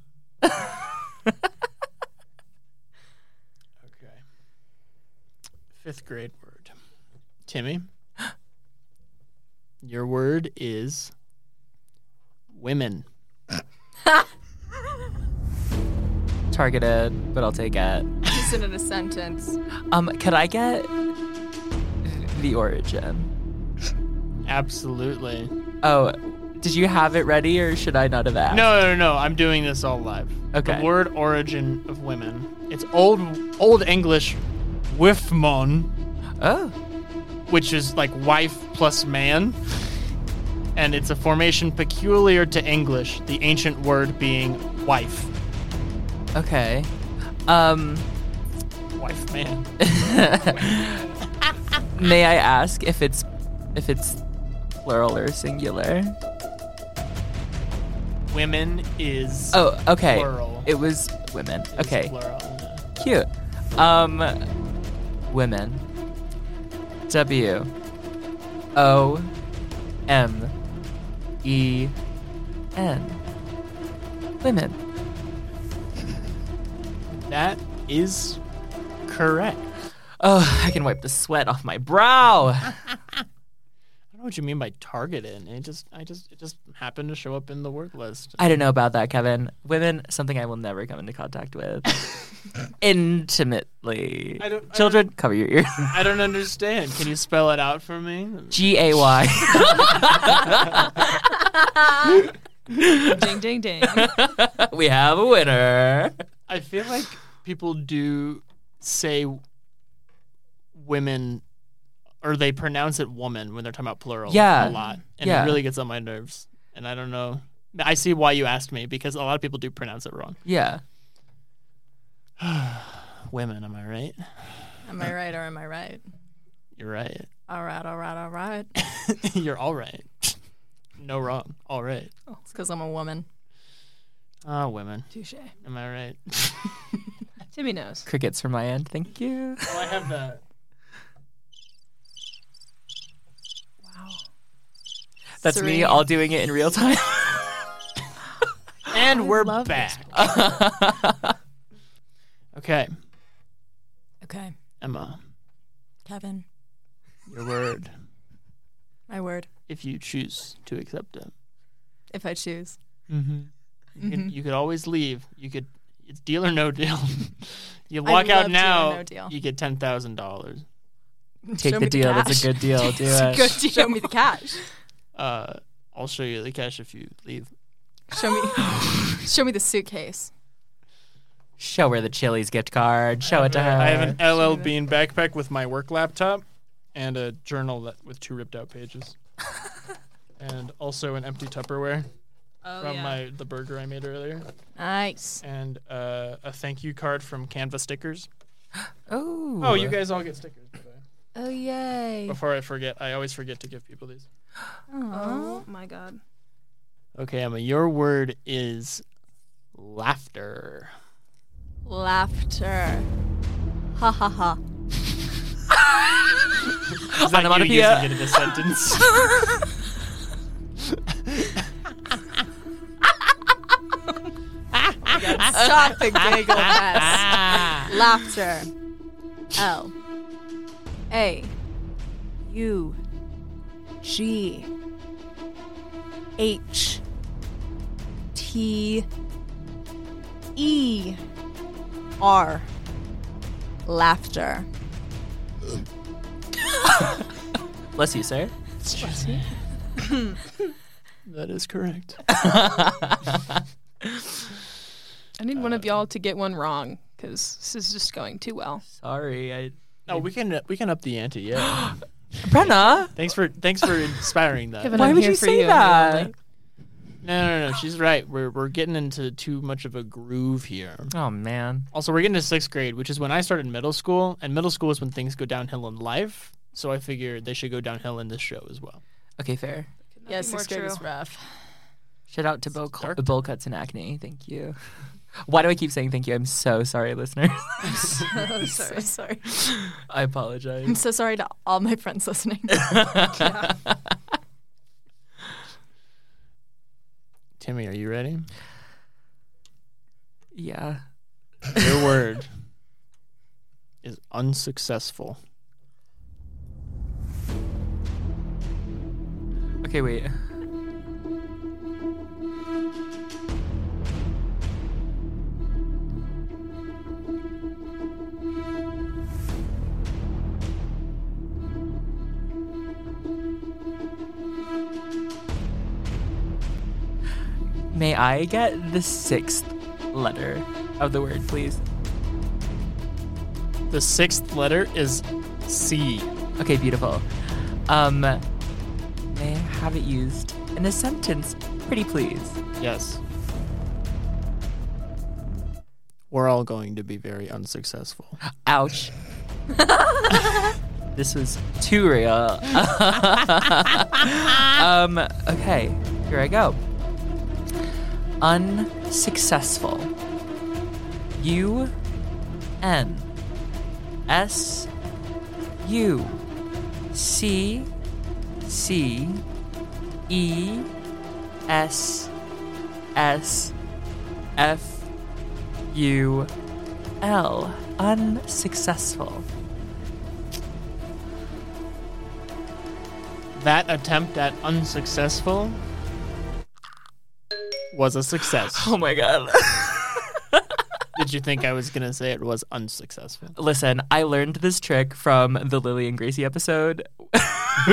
Speaker 1: Okay. Fifth grade word. Timmy, your word is women.
Speaker 2: Targeted, but I'll take it.
Speaker 3: Just in a sentence.
Speaker 2: Um, could I get the origin?
Speaker 1: Absolutely. No,
Speaker 2: Oh, did you have it ready or should I not have asked?
Speaker 1: no, no, no. I'm doing this all live.
Speaker 2: Okay.
Speaker 1: The word origin of women. It's old old English wifmon,
Speaker 2: Oh,
Speaker 1: which is like wife plus man. And it's a formation peculiar to English, the ancient word being wife.
Speaker 2: okay. Um,
Speaker 1: Wife man.
Speaker 2: may I ask if it's if it's plural or singular?
Speaker 1: Women is
Speaker 2: Oh, okay.
Speaker 1: Plural.
Speaker 2: It was women.
Speaker 1: is
Speaker 2: Okay,
Speaker 1: plural. yeah.
Speaker 2: cute. Um, women. W O M E N.
Speaker 5: women.
Speaker 1: That is correct. I
Speaker 5: Oh, I can wipe the sweat off my brow.
Speaker 1: don't know what you mean by targeted. It just, I just, it just happened to show up in the word list.
Speaker 5: I don't know about that, Kevin. Women, something I will never come into contact with. Intimately.
Speaker 1: I don't- I
Speaker 5: Children, cover your ears.
Speaker 1: I don't understand. Can you spell it out for me?
Speaker 5: G A Y.
Speaker 4: ding, ding, ding.
Speaker 5: We have a winner.
Speaker 1: I feel like people do say women, or they pronounce it woman when they're talking about plural.
Speaker 5: Yeah.
Speaker 1: a lot, and
Speaker 5: Yeah.
Speaker 1: it really gets on my nerves. And I don't know. I see why you asked me because a lot of people do pronounce it wrong.
Speaker 5: Yeah.
Speaker 1: Women, am I right?
Speaker 3: Am I right or am I right?
Speaker 1: You're right.
Speaker 3: All right, all right, all right.
Speaker 1: You're all right. No wrong. All right.
Speaker 3: It's because I'm a woman.
Speaker 1: Ah, women.
Speaker 4: Touche.
Speaker 1: Am I right?
Speaker 4: Timmy knows.
Speaker 5: Crickets from my end. Thank you.
Speaker 1: Well, Oh, I have the.
Speaker 5: That's me
Speaker 3: Serene.
Speaker 5: all doing it in real time.
Speaker 1: And we're
Speaker 4: love this
Speaker 1: back. okay,
Speaker 3: Okay,
Speaker 1: Emma,
Speaker 3: Kevin,
Speaker 1: your word,
Speaker 3: my word.
Speaker 1: if you choose to accept it.
Speaker 3: If I choose.
Speaker 1: Mm-hmm. You, could, you could always leave. You could. It's deal or no deal. you
Speaker 3: I
Speaker 1: walk out
Speaker 3: love deal or
Speaker 1: now.
Speaker 3: no deal.
Speaker 1: you get ten thousand dollars.
Speaker 5: Take
Speaker 3: Show
Speaker 5: the
Speaker 3: me
Speaker 5: deal. That's
Speaker 3: cash.
Speaker 5: a good deal. Do
Speaker 3: It's a
Speaker 5: it.
Speaker 3: good deal. Show me the cash.
Speaker 1: Uh, I'll show you the cash if you leave.
Speaker 3: Show me show me the suitcase.
Speaker 5: Show her the Chili's gift card. Show it to her.
Speaker 1: I have
Speaker 3: Uh,
Speaker 1: an LL Bean backpack with my work laptop, and a journal that with two ripped out pages, and also an empty Tupperware
Speaker 4: Oh,
Speaker 1: from my the burger I made earlier.
Speaker 3: Nice.
Speaker 1: and uh, a thank you card from Canva Stickers.
Speaker 5: Oh.
Speaker 1: Oh, you guys all get stickers. by the way.
Speaker 3: Oh yay.
Speaker 1: Before I forget, I always forget to give people these.
Speaker 4: Oh, my God.
Speaker 1: Okay, Emma, your word is laughter.
Speaker 3: Laughter. Ha ha ha.
Speaker 1: Is that you using
Speaker 5: Onomatopoeia.
Speaker 1: it in a sentence?
Speaker 3: Stop the giggle fest. Laughter. L. A. U. G. H. T. E. R. Laughter.
Speaker 5: Bless you, sir.
Speaker 1: that is correct.
Speaker 4: I need one of y'all to get one wrong because this is just going too well.
Speaker 5: Sorry. I...
Speaker 1: No, we can we can up the ante. Yeah.
Speaker 5: Brenna.
Speaker 1: thanks for thanks for inspiring that.
Speaker 4: Kevin,
Speaker 5: Why
Speaker 4: I'm
Speaker 5: would
Speaker 4: here
Speaker 5: you
Speaker 4: for
Speaker 5: say
Speaker 4: you and you're
Speaker 5: that?
Speaker 4: only-
Speaker 1: No, no, no, no. She's right. We're we're getting into too much of a groove here.
Speaker 5: Oh man.
Speaker 1: Also, we're getting to sixth grade, which is when I started middle school, and middle school is when things go downhill in life. So I figured they should go downhill in this show as well.
Speaker 5: Okay, fair.
Speaker 4: Yeah, sixth grade is
Speaker 3: rough.
Speaker 5: Shout out to bowl,
Speaker 1: Dark.
Speaker 5: bowl cuts and acne. Thank you. Why do I keep saying thank you? I'm so sorry, listeners.
Speaker 3: I'm so sorry.
Speaker 5: I
Speaker 3: I'm
Speaker 5: apologize.
Speaker 3: so sorry to all my friends listening.
Speaker 1: Timmy, are you ready?
Speaker 5: Yeah.
Speaker 1: Your word is unsuccessful.
Speaker 5: Okay, wait. May I get the sixth letter of the word, please?
Speaker 1: The sixth letter is C.
Speaker 5: Okay, beautiful. Um, may I have it used in a sentence, pretty please?
Speaker 1: Yes. We're all going to be very unsuccessful.
Speaker 5: Ouch. this was too real. um, okay, here I go. Unsuccessful. U N S U C C E S S F U L. Unsuccessful.
Speaker 1: That attempt at unsuccessful was a success.
Speaker 5: Oh my god.
Speaker 1: Did you think I was going to say it was unsuccessful?
Speaker 5: Listen, I learned this trick from the Lily and Gracie episode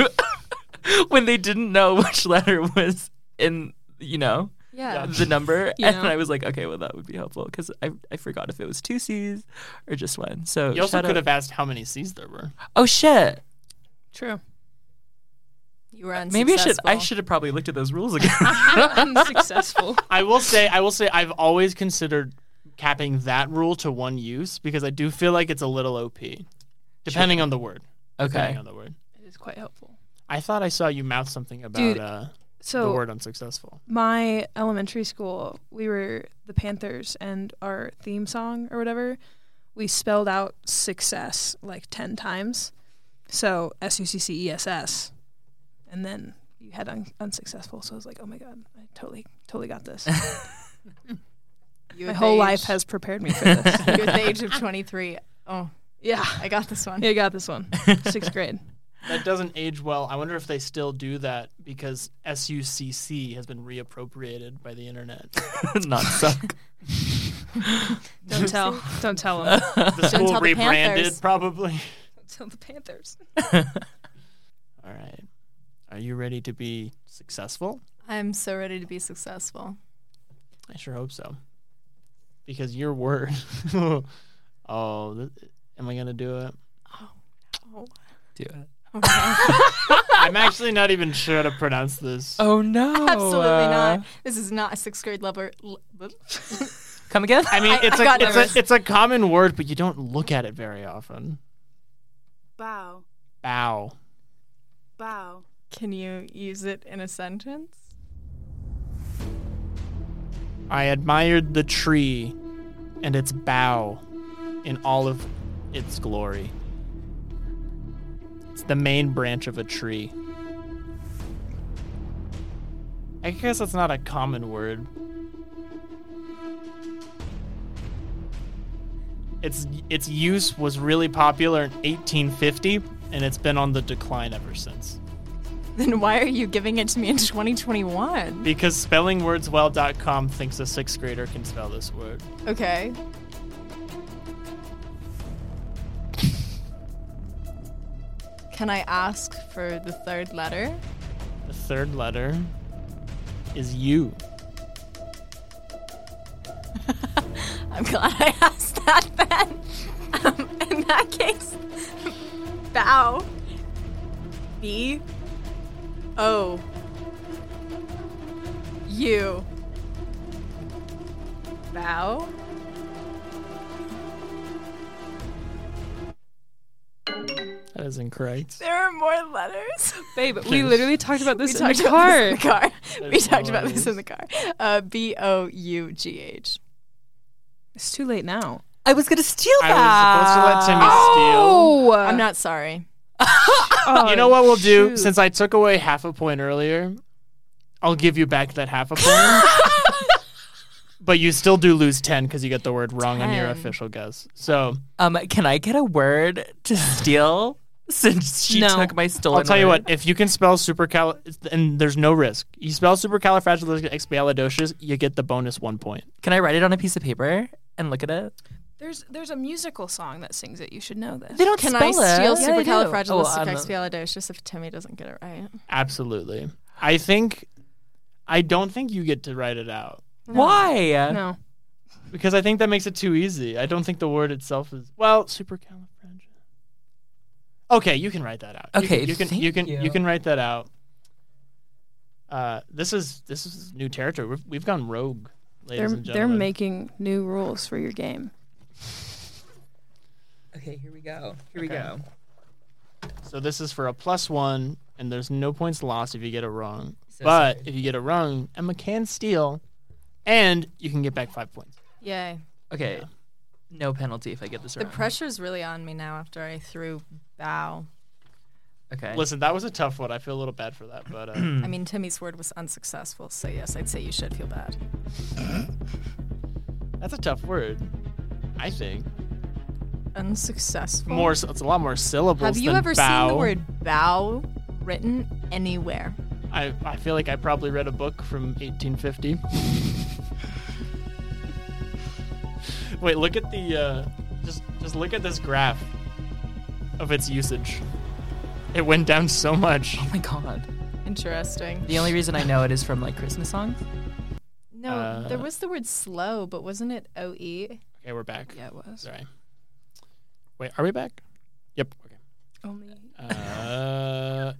Speaker 5: when they didn't know which letter was in, you know,
Speaker 3: Yeah.
Speaker 5: the number.
Speaker 4: You
Speaker 5: and
Speaker 4: know.
Speaker 5: I was like, okay, well, that would be helpful because I, I forgot if it was two C's or just one. So
Speaker 1: You also
Speaker 5: shout
Speaker 1: could
Speaker 5: out-
Speaker 1: have asked how many C's there were.
Speaker 5: Oh, shit.
Speaker 4: True.
Speaker 3: You were unsuccessful.
Speaker 5: Maybe I should I should have probably looked at those rules again.
Speaker 4: Unsuccessful.
Speaker 1: I will say, I will say, I've always considered capping that rule to one use because I do feel like it's a little OP, depending on the word. Depending
Speaker 5: okay.
Speaker 1: on the word.
Speaker 4: It is quite helpful.
Speaker 1: I thought I saw you mouth something about
Speaker 4: Dude,
Speaker 1: uh, the
Speaker 4: So
Speaker 1: word unsuccessful.
Speaker 4: my elementary school, we were the Panthers, and our theme song or whatever, we spelled out success like ten times. So S U C C E S S, and then you had un- unsuccessful. So I was like, oh my god, I totally totally got this.
Speaker 3: You
Speaker 4: my
Speaker 3: at
Speaker 4: whole
Speaker 3: the
Speaker 4: life
Speaker 3: age-
Speaker 4: has prepared me for this.
Speaker 3: You at the age of 23. Oh,
Speaker 4: yeah,
Speaker 3: I got this one.
Speaker 4: you got this one. Sixth grade.
Speaker 1: That doesn't age well. I wonder if they still do that because SUCC has been reappropriated by the internet.
Speaker 5: Not suck.
Speaker 4: Don't tell. Don't tell them.
Speaker 1: The school
Speaker 3: tell the
Speaker 1: rebranded,
Speaker 3: Panthers.
Speaker 1: probably.
Speaker 4: tell the Panthers.
Speaker 1: All right. Are you ready to be successful?
Speaker 3: I'm so ready to be successful.
Speaker 1: I sure hope so. Because your word. oh, th- am I going to do it?
Speaker 5: Do it.
Speaker 1: I'm actually not even sure how to pronounce this.
Speaker 5: Oh no.
Speaker 3: Absolutely
Speaker 5: uh,
Speaker 3: not. This is not a sixth grade lover. l-
Speaker 5: Come again?
Speaker 1: I mean,
Speaker 3: I-
Speaker 1: it's
Speaker 3: I got
Speaker 1: a it's
Speaker 3: nervous.
Speaker 1: a it's a common word, but you don't look at it very often.
Speaker 6: Bow,
Speaker 1: Bow.
Speaker 6: bow,
Speaker 3: Can you use it in a sentence?
Speaker 1: I admired the tree and its bough in all of its glory. It's the main branch of a tree. I guess that's not a common word. Its its use was really popular in 1850 and it's been on the decline ever since.
Speaker 3: Then why are you giving it to me in 2021?
Speaker 1: Because spellingwordswell.com thinks a 6th grader can spell this word.
Speaker 3: Okay. Can I ask for the third letter?
Speaker 1: The third letter is U.
Speaker 3: I'm glad I asked that then. Um, in that case, bow. B. O. U. Bow.
Speaker 1: That is incorrect.
Speaker 3: There are more letters.
Speaker 4: Babe, we
Speaker 1: Please.
Speaker 4: literally talked about
Speaker 3: We
Speaker 4: this in
Speaker 3: talked
Speaker 4: the
Speaker 3: about
Speaker 4: car.
Speaker 3: this in the car. we
Speaker 1: There's
Speaker 3: talked about this
Speaker 1: noise.
Speaker 3: in the car. Uh, B O U G H.
Speaker 4: It's too late now.
Speaker 5: I was gonna steal
Speaker 1: I was supposed to let Timmy
Speaker 4: Oh!
Speaker 3: I'm not sorry.
Speaker 1: steal. You know what we'll do? Since I took away half a point earlier, I'll give you back that half a point. but you still do lose 10 because you got the word wrong on your
Speaker 3: 10.
Speaker 1: official guess. So
Speaker 5: Um, can I get a word to steal since she
Speaker 4: No.
Speaker 5: took my stolen?
Speaker 1: I'll tell you
Speaker 5: word?
Speaker 1: what, if you can spell supercal, and there's no risk, you spell supercalifragilisticexpialidocious, you get the bonus one point.
Speaker 5: Can I write it on a piece of paper and look at it?
Speaker 4: There's there's a musical song that sings it. You should know this.
Speaker 5: don't
Speaker 3: Can I steal
Speaker 4: Yeah, they do.
Speaker 5: Oh,
Speaker 3: supercalifragilisticexpialidocious if Timmy doesn't get it right?
Speaker 1: Absolutely. I think, I don't think you get to write it out.
Speaker 5: Why?
Speaker 4: No.
Speaker 1: Because I think that makes it too easy. I don't think the word itself is well supercalifragilistic. Okay, you can write that out. You
Speaker 5: Okay,
Speaker 1: can- you can
Speaker 5: thank
Speaker 1: you can you,
Speaker 5: you.
Speaker 1: can write that out. Uh, this is this is new territory. We've, we've gone rogue, ladies
Speaker 4: They're
Speaker 1: and
Speaker 4: they're
Speaker 1: gentlemen.
Speaker 4: making new rules for your game.
Speaker 5: Okay, here we go. Here we
Speaker 1: Okay. go. so this is for a plus one, and there's no points lost if you get it wrong. but if you get it wrong, Emma can steal, and you can get back five points.
Speaker 3: Yay.
Speaker 5: Okay, no penalty if I get this
Speaker 3: The
Speaker 5: wrong.
Speaker 3: pressure's really on me now after I threw bow.
Speaker 5: okay.
Speaker 1: Listen, that was a tough one. I feel a little bad for that, but uh,
Speaker 3: I mean, Timmy's word was unsuccessful, so yes, I'd say you should feel bad.
Speaker 1: That's a tough word. I think
Speaker 3: Unsuccessful.
Speaker 1: more. s- It's a lot more syllables.
Speaker 3: Have you
Speaker 1: than
Speaker 3: ever
Speaker 1: bow.
Speaker 3: seen the word bow written anywhere?
Speaker 1: I, I feel like I probably read a book from 1850. Wait, look at the uh, just just look at this graph of its usage. It went down so much.
Speaker 5: Oh my god.
Speaker 3: Interesting.
Speaker 5: The only reason I know it is from like Christmas songs.
Speaker 3: No,
Speaker 1: Uh,
Speaker 3: there was the word slow, but wasn't it O E?
Speaker 1: Okay, we're back.
Speaker 4: Yeah, it was.
Speaker 1: Sorry. Wait, are we back? Yep. Okay.
Speaker 4: Only
Speaker 1: Uh,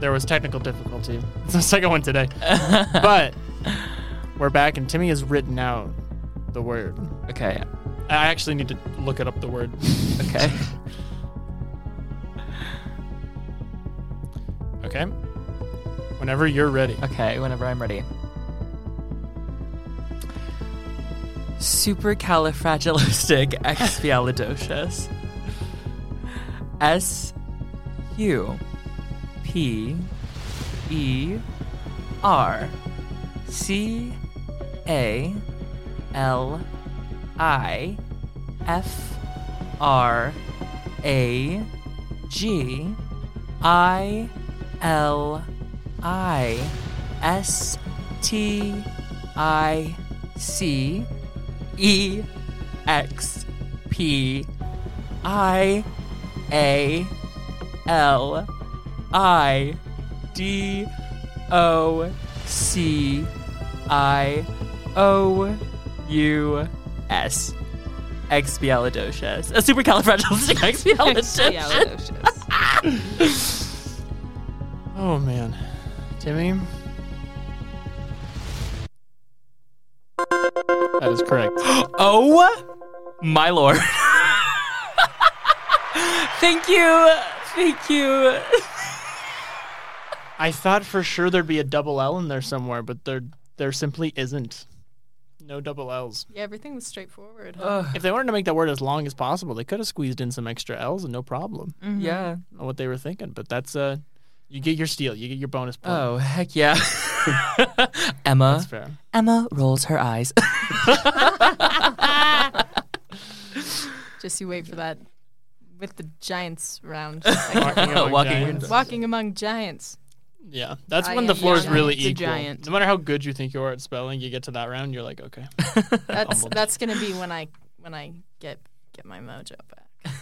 Speaker 1: there was technical difficulty. It's the second one today. but we're back, and Timmy has written out the word.
Speaker 5: Okay.
Speaker 1: I actually need to look it up the word.
Speaker 5: Okay.
Speaker 1: Okay. Whenever you're ready.
Speaker 5: Okay, whenever I'm ready. Supercalifragilisticexpialidocious. S U P E R C A L I F R A G I L I S T I C E X P I A L I D O C I O U S. Expialidocious. A supercalifragilisticexpialidocious.
Speaker 1: Oh man. Timmy. That is correct.
Speaker 5: Oh my lord. Thank you. Thank you.
Speaker 1: I thought for sure there'd be a double L in there somewhere, but there there simply isn't. No double L's.
Speaker 3: Yeah, everything was straightforward.
Speaker 1: If they wanted to make that word as long as possible, they could have squeezed in some extra L's and no problem.
Speaker 3: Mm.
Speaker 5: Yeah.
Speaker 1: I don't know what they were thinking, but that's uh you get your steal, you get your bonus point.
Speaker 5: Oh, heck yeah. Emma.
Speaker 1: That's fair.
Speaker 5: Emma rolls her eyes.
Speaker 3: Just you wait for that with the giants round.
Speaker 1: Walking among
Speaker 5: Walking
Speaker 1: giants.
Speaker 5: Windows.
Speaker 3: Walking among giants.
Speaker 1: Yeah, that's
Speaker 3: I
Speaker 1: when the
Speaker 3: am
Speaker 1: floor is
Speaker 3: giant.
Speaker 1: really
Speaker 3: It's a
Speaker 1: equal.
Speaker 3: giant.
Speaker 1: No matter how good you think you are at spelling, you get to that round, you're like, okay.
Speaker 3: That's
Speaker 1: Humbled.
Speaker 3: that's gonna be when I when I get get my mojo back.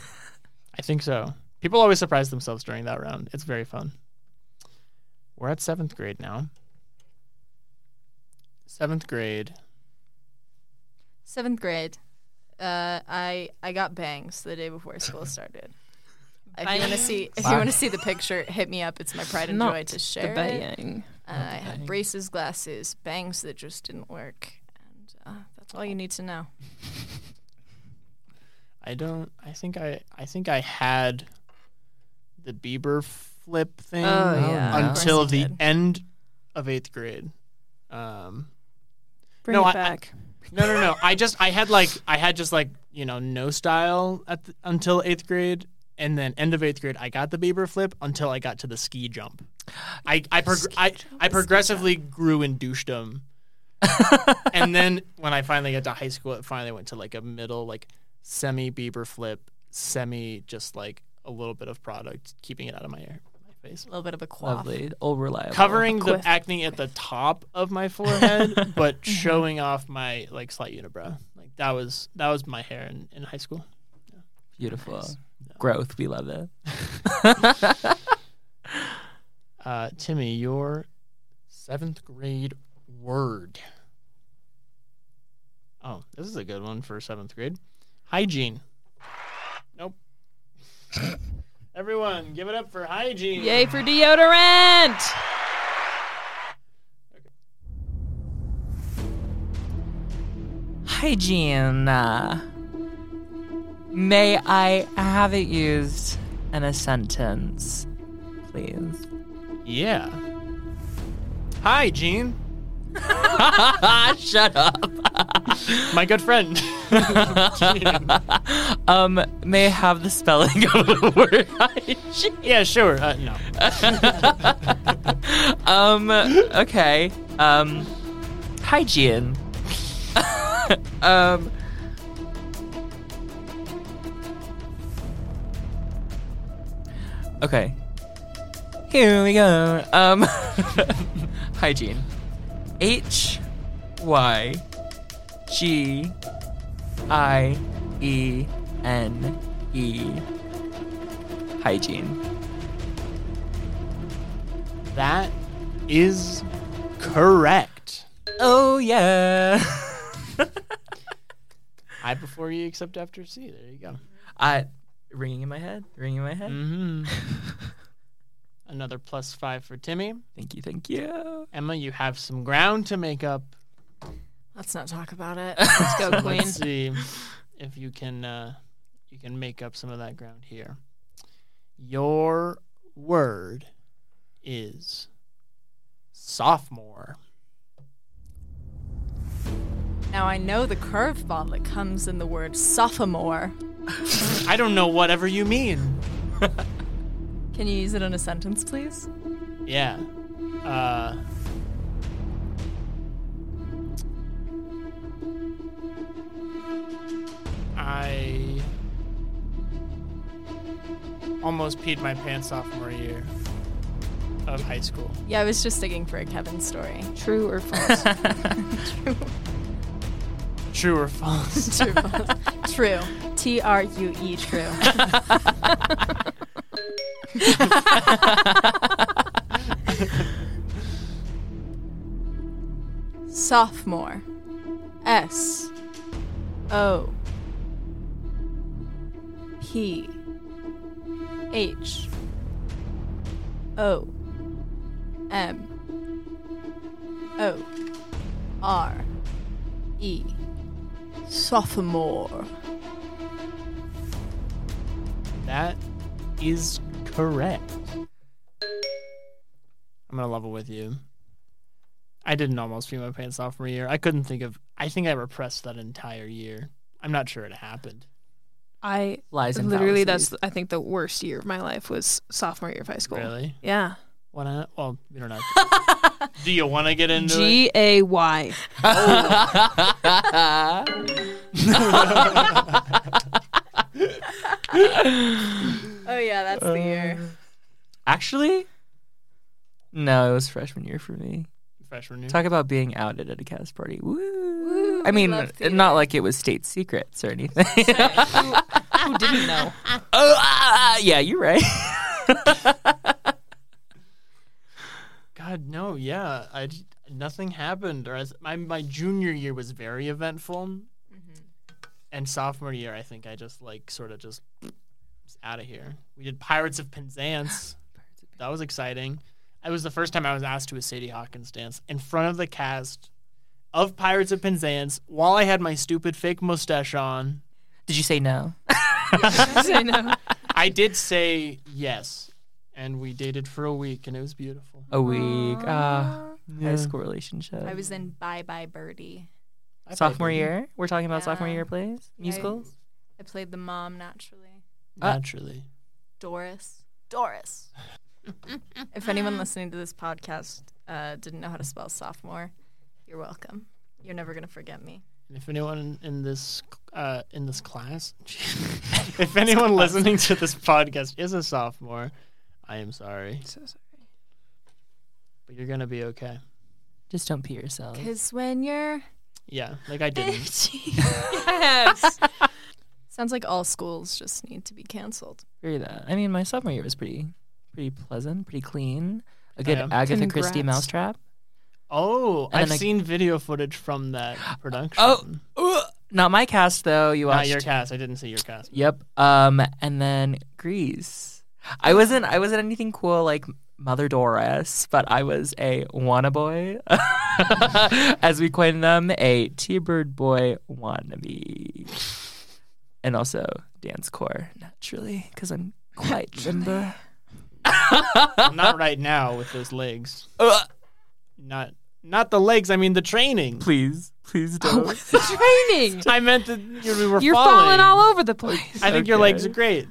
Speaker 1: I think so. People always surprise themselves during that round. It's very fun. We're at seventh grade now. Seventh grade.
Speaker 3: Seventh grade, uh, I I got bangs the day before school started. If you want to see, if you want to see the picture, hit me up. It's my pride and
Speaker 4: Not
Speaker 3: joy to
Speaker 4: the
Speaker 3: share. it.
Speaker 4: bang.
Speaker 3: And I had braces, glasses, bangs that just didn't work, and uh, that's all you need to know.
Speaker 1: I don't. I think I. I think I had the Bieber flip thing
Speaker 3: Oh, yeah. Of
Speaker 1: until
Speaker 3: course you
Speaker 1: the
Speaker 3: did.
Speaker 1: end of eighth grade. Um,
Speaker 4: Bring
Speaker 1: No, I-
Speaker 4: it back.
Speaker 1: No, no, no. I just I had like I had just like you know no style at the, until eighth grade, and then end of eighth grade I got the Bieber flip until I got to the ski jump. I I prog- I, I progressively grew in douchedom, and then when I finally got to high school, it finally went to like a middle like semi Bieber flip, semi just like a little bit of product, keeping it out of my air, my face
Speaker 3: A little bit of a quaff.
Speaker 5: Lovely. All reliable.
Speaker 1: covering the acne at the top of my forehead, but showing off my like slight unibrow. Like that was that was my hair in, in high school.
Speaker 5: Beautiful. Growth. We love it.
Speaker 1: Uh, Timmy, your seventh grade word. Oh, this is a good one for seventh grade. Hygiene. Nope. Everyone, give it up for hygiene.
Speaker 4: Yay for deodorant!
Speaker 5: Hygiene. May I have it used in a sentence, please?
Speaker 1: Yeah. Hygiene.
Speaker 5: Shut up.
Speaker 1: My good friend.
Speaker 5: Um, may I have the spelling of the word hygiene?
Speaker 1: yeah, sure. Uh, no.
Speaker 5: Um, okay. Um, hygiene. um, okay. Here we go. Um, hygiene. H Y G I E N E. Hygiene.
Speaker 1: That is correct.
Speaker 5: Oh, yeah.
Speaker 1: I before E except after C. There you go.
Speaker 5: I, ringing in my head, ringing in my head.
Speaker 1: Mm-hmm. Another plus five for Timmy.
Speaker 5: Thank you, thank you.
Speaker 1: Emma, you have some ground to make up.
Speaker 3: Let's not talk about it. Let's go, Queen.
Speaker 1: Let's see if you can uh, you can make up some of that ground here. Your word is sophomore.
Speaker 3: Now I know the curveball that comes in the word sophomore.
Speaker 1: I don't know whatever you mean.
Speaker 3: Can you use it in a sentence, please?
Speaker 1: Yeah. Uh, I almost peed my pants sophomore year of high school.
Speaker 3: Yeah, I was just digging for a Kevin story.
Speaker 4: True or false?
Speaker 1: True or false?
Speaker 3: True. true. T R U E true. Sophomore. S. O. P. H. O. M. O. R. E. Sophomore.
Speaker 1: That is correct. I'm gonna level with you. I didn't almost pee my pants sophomore year. I couldn't think of. I think I repressed that entire year. I'm not sure it happened.
Speaker 4: I
Speaker 5: Lies and
Speaker 4: literally
Speaker 5: fallacies.
Speaker 4: that's I think the worst year of my life was sophomore year of high school.
Speaker 1: Really?
Speaker 4: Yeah.
Speaker 1: What? I, well, we don't know. Do you want to get into it?
Speaker 4: G A Y.
Speaker 3: Oh, yeah, that's the year.
Speaker 5: Um, Actually, no, it was freshman year for me.
Speaker 1: Freshman year.
Speaker 5: Talk about being outed at a cast party. Woo! I
Speaker 3: we
Speaker 5: mean,
Speaker 3: love
Speaker 5: it- not like it was state secrets or anything.
Speaker 3: Who didn't know?
Speaker 5: oh, ah, ah, yeah, you're right.
Speaker 1: God no. Yeah. I j- nothing happened. Or as, my my junior year was very eventful, and sophomore year I think I just like sort of just out of here. We did Pirates of Penzance. That was exciting. It was the first time I was asked to a Sadie Hawkins dance in front of the cast of Pirates of Penzance while I had my stupid fake mustache on.
Speaker 5: Did you say no?
Speaker 4: I know.
Speaker 1: I did say yes, and we dated for a week, and it was beautiful.
Speaker 5: A week. Ah,
Speaker 1: Yeah.
Speaker 5: high school relationship.
Speaker 3: I was in Bye Bye Birdie.
Speaker 1: I played
Speaker 5: sophomore
Speaker 1: with
Speaker 5: year. We're talking about sophomore
Speaker 3: Yeah.
Speaker 5: year plays, musicals.
Speaker 3: I played the mom naturally.
Speaker 1: you.
Speaker 5: uh,
Speaker 1: naturally.
Speaker 3: Doris. Doris. if anyone listening to this podcast uh, didn't know how to spell sophomore, you're welcome. You're never going to forget me.
Speaker 1: And if anyone in this uh, in this class, if anyone listening to this podcast is a sophomore, I am sorry,
Speaker 4: So sorry.
Speaker 1: but you're gonna be okay.
Speaker 5: Just don't pee yourself.
Speaker 3: Because when you're
Speaker 1: Yeah, like I didn't.
Speaker 3: 15. yes. Sounds like all schools just need to be canceled.
Speaker 5: Agree that. I mean, my sophomore year was pretty, pretty pleasant, pretty clean. A good
Speaker 1: Yeah.
Speaker 5: Agatha Christie
Speaker 4: Congrats.
Speaker 5: mousetrap.
Speaker 1: Oh,
Speaker 5: And
Speaker 1: I've
Speaker 5: then I- Oh,
Speaker 1: seen video footage from that production.
Speaker 5: Ugh. not my cast though. You
Speaker 1: not
Speaker 5: watched.
Speaker 1: your cast. I didn't see your cast.
Speaker 5: Yep. Um, and then Grease. I wasn't. I wasn't anything cool like Mother Doris, but I was a wannaboy, as we coined them, a T-bird boy wannabe, and also dance core naturally because I'm quite limber.
Speaker 1: not right now with those legs.
Speaker 5: Ugh.
Speaker 1: Not not the legs. I mean the training.
Speaker 5: please, please don't.
Speaker 4: Training.
Speaker 1: I meant that you were
Speaker 4: You're
Speaker 1: falling.
Speaker 4: falling all over the place.
Speaker 1: I think your
Speaker 5: Okay.
Speaker 1: legs are great.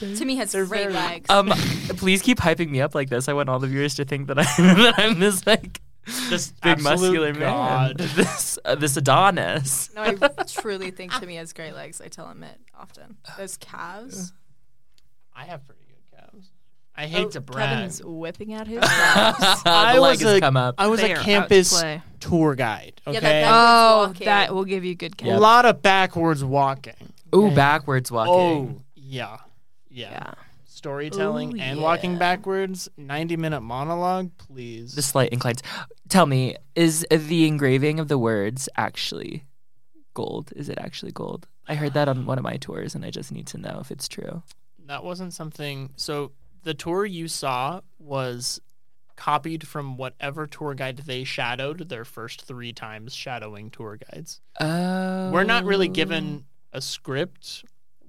Speaker 3: Timmy has
Speaker 1: They're
Speaker 3: great
Speaker 1: very-
Speaker 5: Oh.
Speaker 3: legs.
Speaker 5: Um, please keep hyping me up like this. I want all the viewers to think that I that I'm this like
Speaker 1: This
Speaker 5: Big
Speaker 1: absolute
Speaker 5: muscular
Speaker 1: god.
Speaker 5: man. This uh, this Adonis.
Speaker 3: No, I truly think Timmy has great legs. I tell him it often. Those calves.
Speaker 1: I have pretty good calves. I hate to brag.
Speaker 3: Kevin's whipping out his calves.
Speaker 5: the
Speaker 1: Oh, I
Speaker 5: leg
Speaker 1: was
Speaker 5: has
Speaker 1: a-
Speaker 5: come up.
Speaker 1: I was
Speaker 3: They are
Speaker 1: a
Speaker 3: out to
Speaker 1: campus
Speaker 3: play.
Speaker 1: tour guide. Okay,
Speaker 3: Yeah, that- that-
Speaker 4: Oh,
Speaker 3: walking.
Speaker 4: that will give you good
Speaker 1: a
Speaker 4: count.
Speaker 1: lot of backwards walking.
Speaker 5: Ooh, backwards walking.
Speaker 1: Oh yeah, yeah.
Speaker 4: Yeah.
Speaker 1: Storytelling
Speaker 3: Ooh,
Speaker 1: and
Speaker 3: yeah.
Speaker 1: walking backwards. Ninety-minute monologue, please.
Speaker 5: The slight inclines. Tell me, is the engraving of the words actually gold? Is it actually gold? I heard that on one of my tours, and I just need to know if it's true.
Speaker 1: that wasn't something. So the tour you saw was copied from whatever tour guide they shadowed their first three times shadowing tour guides.
Speaker 5: Oh,
Speaker 1: We're not really given a script.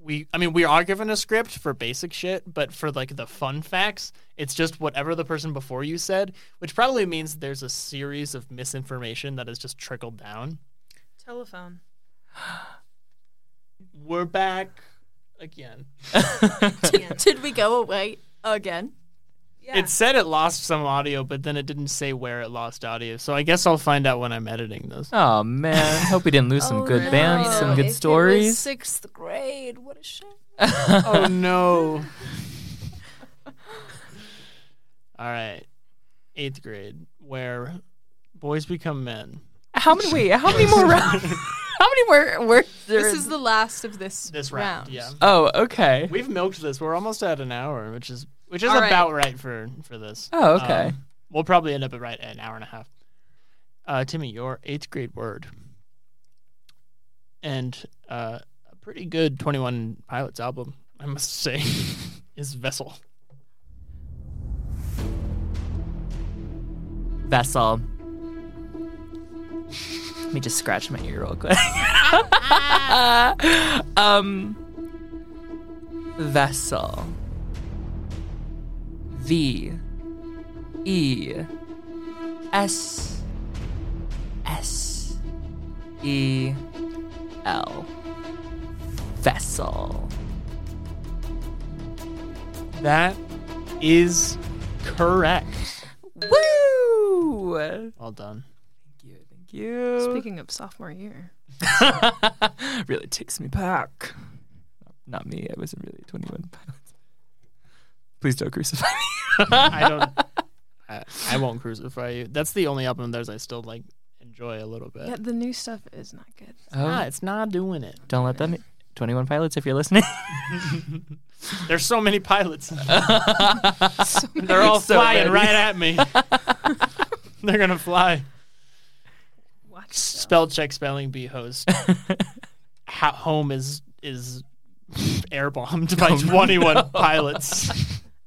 Speaker 1: We, I mean, we are given a script for basic shit, but for like the fun facts, it's just whatever the person before you said, which probably means there's a series of misinformation that has just trickled down.
Speaker 4: Telephone.
Speaker 1: We're back again.
Speaker 3: did, did we go away again?
Speaker 4: Yeah.
Speaker 1: It said it lost some audio, but then it didn't say where it lost audio. So I guess I'll find out when I'm editing this.
Speaker 5: Oh man, hope we didn't lose some good
Speaker 3: Oh, no.
Speaker 5: bands,
Speaker 3: If
Speaker 5: some
Speaker 3: it
Speaker 5: good
Speaker 3: was
Speaker 5: stories.
Speaker 3: sixth grade. What a shame.
Speaker 1: oh no. All right. Eighth grade, where boys become men.
Speaker 5: How many? Wait, how many more rounds? how many more words?
Speaker 3: This is the last of this,
Speaker 1: This round, yeah.
Speaker 5: Oh, okay.
Speaker 1: We've milked this. We're almost at an hour, which is which is
Speaker 3: All right.
Speaker 1: about right for for this.
Speaker 5: Oh, okay.
Speaker 1: Um, we'll probably end up at right at an hour and a half. Uh, Timmy, your eighth grade word, and uh, a pretty good Twenty One Pilots album, I must say, is Vessel.
Speaker 5: Vessel. Let me just scratch my ear real quick. um, vessel. V. E. S. S. E. L. Vessel.
Speaker 1: That is correct.
Speaker 5: Woo! Thank
Speaker 1: Well done.
Speaker 5: you. Thank you.
Speaker 4: Speaking of sophomore year,
Speaker 5: really takes me back. Not me. I wasn't really 21 pounds. Please don't crucify me.
Speaker 1: I don't. I, I won't crucify you. That's the only album of theirs I still like enjoy a little bit.
Speaker 4: yeah, the new stuff is not good.
Speaker 5: Oh.
Speaker 1: Ah, it's not doing it.
Speaker 5: don't let them. 21 pilots, if you're listening.
Speaker 1: There's so many pilots.
Speaker 4: So many-
Speaker 1: They're all
Speaker 5: So
Speaker 1: flying
Speaker 5: many.
Speaker 1: right at me. They're gonna fly.
Speaker 4: Watch
Speaker 1: Spell check, spelling bee host. Ho- home is is air bombed by twenty one pilots.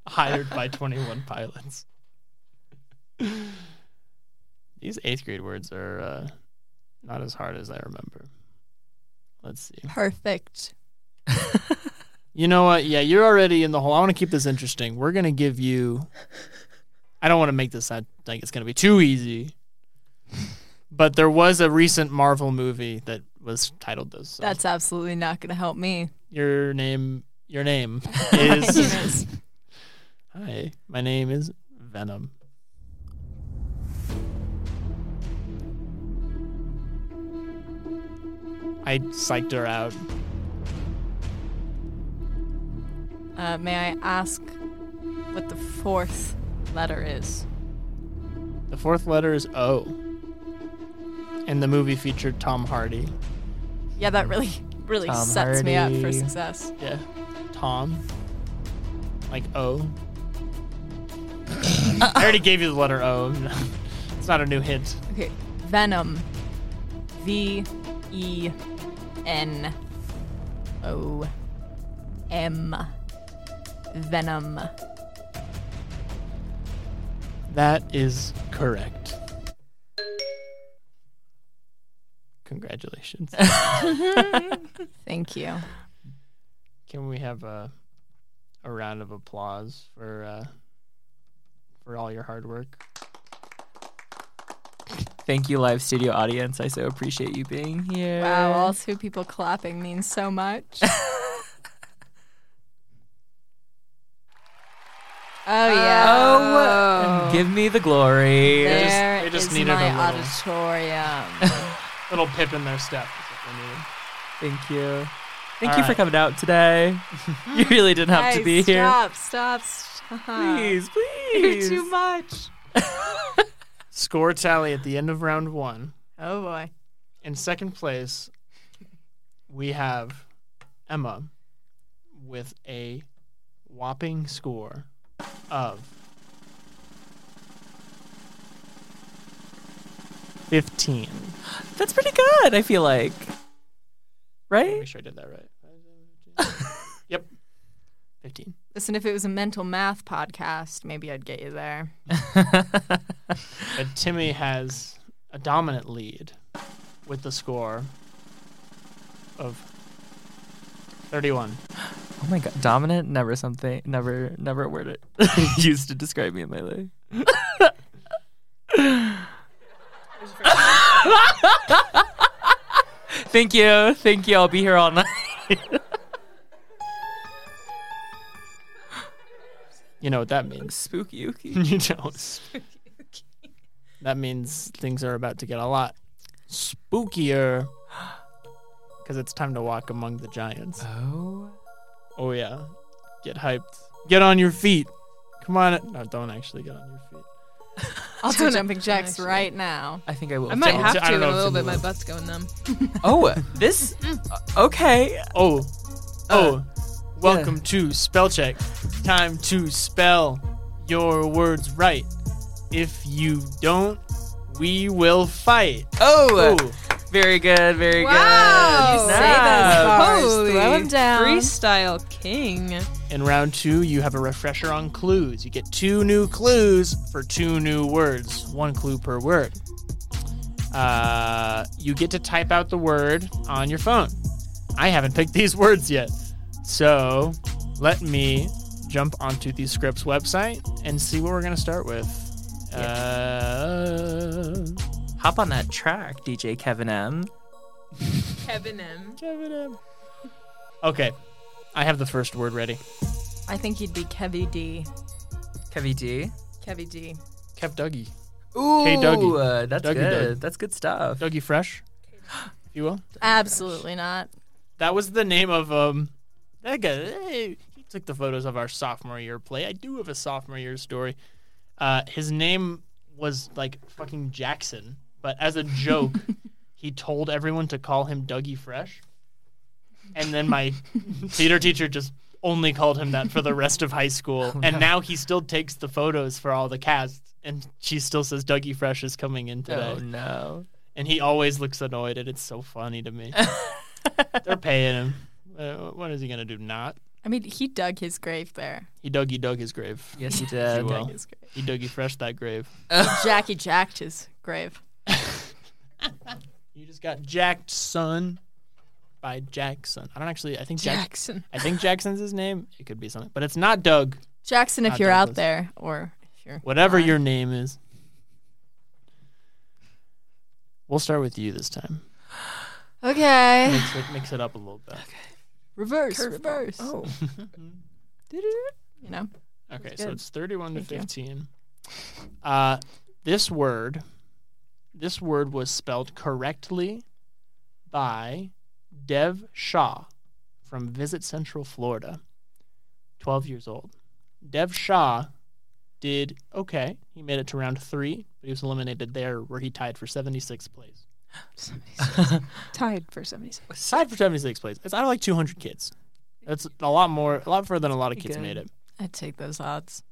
Speaker 1: Hired by twenty one pilots. These eighth grade words are uh, not as hard as I remember. Let's see.
Speaker 3: Perfect.
Speaker 1: You know what? Yeah, you're already in the hole. I want to keep this interesting. We're gonna give you. I don't want to make this sound like it's gonna be too easy, but there was a recent Marvel movie that was titled this. so
Speaker 3: That's absolutely not going to help me.
Speaker 1: your name. Your name
Speaker 3: My name
Speaker 1: is.
Speaker 3: is-
Speaker 1: Hi, my name is Venom. I psyched her out.
Speaker 3: uh, may I ask what the fourth letter is?
Speaker 1: The fourth letter is O. And the movie featured Tom Hardy.
Speaker 3: Yeah, that really, really
Speaker 5: Tom
Speaker 3: sets me up for
Speaker 5: Hardy.
Speaker 3: success.
Speaker 1: Yeah. Tom. Like O. I already gave you the letter O. it's not a new hint.
Speaker 3: Okay, Venom. V E N O M. Venom.
Speaker 1: That is correct. Congratulations.
Speaker 3: Thank you.
Speaker 1: Can we have a a round of applause for uh, for all your hard work?
Speaker 5: Thank you, live studio audience. I so appreciate you being here.
Speaker 3: Wow, all two people clapping means so much. oh yeah.
Speaker 5: Oh, Give me the glory.
Speaker 1: They just-
Speaker 3: There
Speaker 1: they just
Speaker 3: is
Speaker 1: needed
Speaker 3: my
Speaker 1: a little-
Speaker 3: auditorium.
Speaker 1: Little pip in their step. is what they needed.
Speaker 5: Thank you. Thank
Speaker 1: All
Speaker 5: you for
Speaker 1: right.
Speaker 5: coming out today. you really didn't have to
Speaker 3: Hey,
Speaker 5: be here.
Speaker 3: Stop, stop, stop.
Speaker 5: Please,
Speaker 3: You're
Speaker 5: please.
Speaker 3: too much.
Speaker 1: Score tally at the end of round one.
Speaker 3: Oh boy.
Speaker 1: In second place, we have Emma with a whopping score of 15.
Speaker 5: That's pretty good, I feel like.
Speaker 1: Make
Speaker 5: Right?
Speaker 1: sure I did that right. yep. 15.
Speaker 3: Listen, if it was a mental math podcast, maybe I'd get you there.
Speaker 1: But Timmy has a dominant lead with the score of 31.
Speaker 5: Oh my god. Dominant, never something, never, never a word it used to describe me in my life. Thank you. Thank you. I'll be here all night.
Speaker 1: You know what that means.
Speaker 5: Spooky ooky.
Speaker 1: you don't. that means things are about to get a lot spookier because it's time to walk among the giants.
Speaker 5: Oh.
Speaker 1: Oh, yeah. Get hyped. Get on your feet. Come on. No, don't actually get on your feet.
Speaker 3: I'll do
Speaker 4: Don't-
Speaker 3: jumping jacks
Speaker 4: actually.
Speaker 3: right now.
Speaker 5: I think I will.
Speaker 4: I might
Speaker 1: don't-
Speaker 4: have
Speaker 1: I don't
Speaker 4: to in
Speaker 1: know
Speaker 4: a
Speaker 1: if it's
Speaker 4: little bit.
Speaker 1: in
Speaker 4: My
Speaker 1: the-
Speaker 4: butt's going numb.
Speaker 5: Oh, this. uh, Okay.
Speaker 1: Oh, oh, welcome to spell check. Time to spell your words right. If you don't, we will fight.
Speaker 5: Oh,
Speaker 1: Oh,
Speaker 5: very good. Very
Speaker 4: Wow.
Speaker 5: good.
Speaker 4: You say
Speaker 5: Snap.
Speaker 3: Holy Throw 'em down.
Speaker 4: Freestyle king.
Speaker 1: in round two, you have a refresher on clues. You get two new clues for two new words, one clue per word. Uh, you get to type out the word on your phone. I haven't picked these words yet. So let me jump onto the scripts website and see what we're going to start with. Uh,
Speaker 5: Hop on that track, DJ Kevin M.
Speaker 4: Kevin M.
Speaker 1: Kevin M. Okay, I have the first word ready.
Speaker 3: I think you'd be Kevy D.
Speaker 5: Kevy D.
Speaker 3: Kevy D.
Speaker 1: Kev Dougie.
Speaker 5: Ooh,
Speaker 1: Dougie.
Speaker 5: uh, that's
Speaker 1: Dougie
Speaker 5: good. That's good stuff.
Speaker 1: Dougie Fresh, if you will.
Speaker 3: Absolutely not.
Speaker 1: That was the name of um that guy. eh, He took the photos of our sophomore year play. I do have a sophomore year story. Uh, his name was like fucking Jackson, but as a joke, he told everyone to call him Dougie Fresh. And then my theater teacher just only called him that for the rest of high school. and now he still takes the photos for all the casts, and she still says Dougie Fresh is coming in today
Speaker 5: Oh no.
Speaker 1: and he always looks annoyed, and it's so funny to me. They're paying him. Uh, What is he gonna do? Not
Speaker 3: I mean, he dug his grave there.
Speaker 1: he dug he dug his grave.
Speaker 5: Yes, you
Speaker 1: You
Speaker 5: did.
Speaker 1: will.
Speaker 3: His grave.
Speaker 1: He dug he fresh that grave.
Speaker 3: Jackie jacked his grave.
Speaker 1: You just got jacked, son, by Jackson. I don't actually. I think Jack.
Speaker 4: Jackson.
Speaker 1: I think Jackson's his name. It could be something, but it's not Doug.
Speaker 3: Jackson, if
Speaker 1: Not
Speaker 3: you're out
Speaker 1: Douglas.
Speaker 3: there, or if you're
Speaker 1: Whatever
Speaker 3: Fine.
Speaker 1: your name is. We'll start with you this time.
Speaker 3: okay,
Speaker 1: Mix it, mix it up a little bit.
Speaker 3: reverse, reverse.
Speaker 5: Oh.
Speaker 3: You know,
Speaker 1: Okay,
Speaker 3: That's
Speaker 1: so
Speaker 3: good.
Speaker 1: it's 31 to
Speaker 3: Thank you.
Speaker 1: 15. Uh, this word, this word was spelled correctly by Dev Shaw from Visit Central Florida, 12 years old. Dev Shaw did okay. He made it to round three, but he was eliminated there where he tied for 76th place.
Speaker 4: Tied for 76.
Speaker 1: Tied for 76th place. It's out of like 200 kids. That's a lot more, a lot further than a lot of kids
Speaker 5: Good.
Speaker 1: made it.
Speaker 3: I'd take those odds.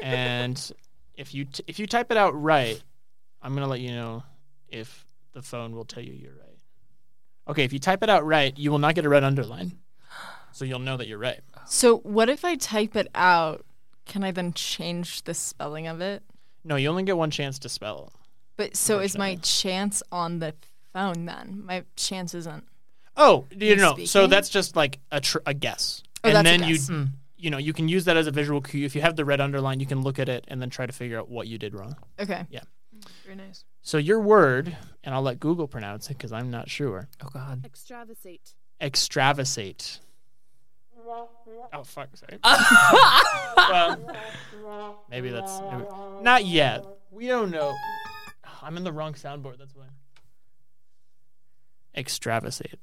Speaker 1: and if you t- if you type it out right, I'm gonna let you know if the phone will tell you you're right. Okay, if you type it out right, you will not get a red underline, so you'll know that you're right.
Speaker 3: So, what if I type it out? Can I then change the spelling of it?
Speaker 1: No, you only get one chance to spell.
Speaker 3: But so is my
Speaker 1: Gotcha.
Speaker 3: chance on the phone then? My chance isn't.
Speaker 1: Oh, you
Speaker 3: You're
Speaker 1: know, so
Speaker 3: speaking?
Speaker 1: that's just like a tr- a guess,
Speaker 3: Oh,
Speaker 1: and
Speaker 3: that's a
Speaker 1: then
Speaker 3: guess.
Speaker 1: you you know you can use that as a visual cue. If you have the red underline, you can look at it and then try to figure out what you did wrong.
Speaker 3: Okay.
Speaker 4: Very nice.
Speaker 1: So your word, and I'll let Google pronounce it because I'm not sure.
Speaker 5: Oh god.
Speaker 6: Extravasate.
Speaker 1: Extravasate. Oh fuck! Sorry. well, maybe that's maybe- not yet. We don't know. I'm in the wrong soundboard. That's why. Extravasate.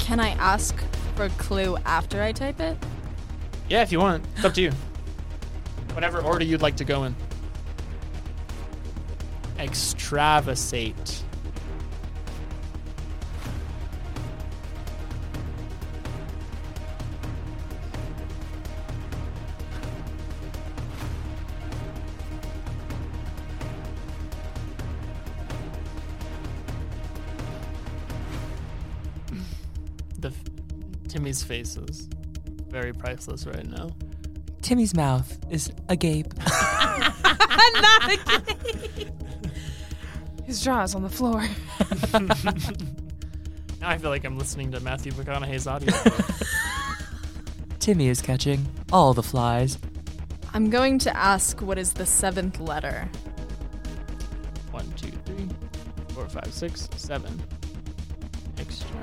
Speaker 3: Can I ask for a clue after I type it?
Speaker 1: Yeah, if you want. It's up to you. Whatever order you'd like to go in. Extravasate. The f- Timmy's faces very priceless right now.
Speaker 5: Timmy's mouth is agape.
Speaker 4: His jaw is on the floor.
Speaker 1: Now I feel like I'm listening to Matthew McConaughey's audio.
Speaker 5: Timmy is catching all the flies.
Speaker 3: I'm going to ask what is the seventh letter?
Speaker 1: One, two, three, four, five, six, seven. Extra.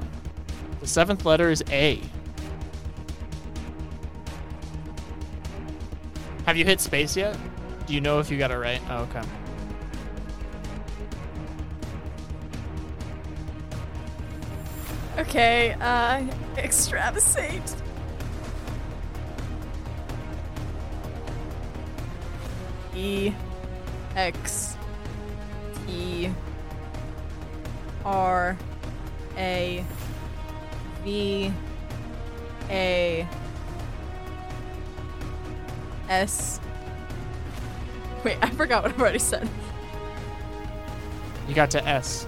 Speaker 1: The seventh letter is A. Have you hit space yet? Do you know if you got it right? Oh, okay.
Speaker 3: Okay, uh, extravasate. E X E R A V A S. Wait, I forgot what I've already said.
Speaker 1: You got to S.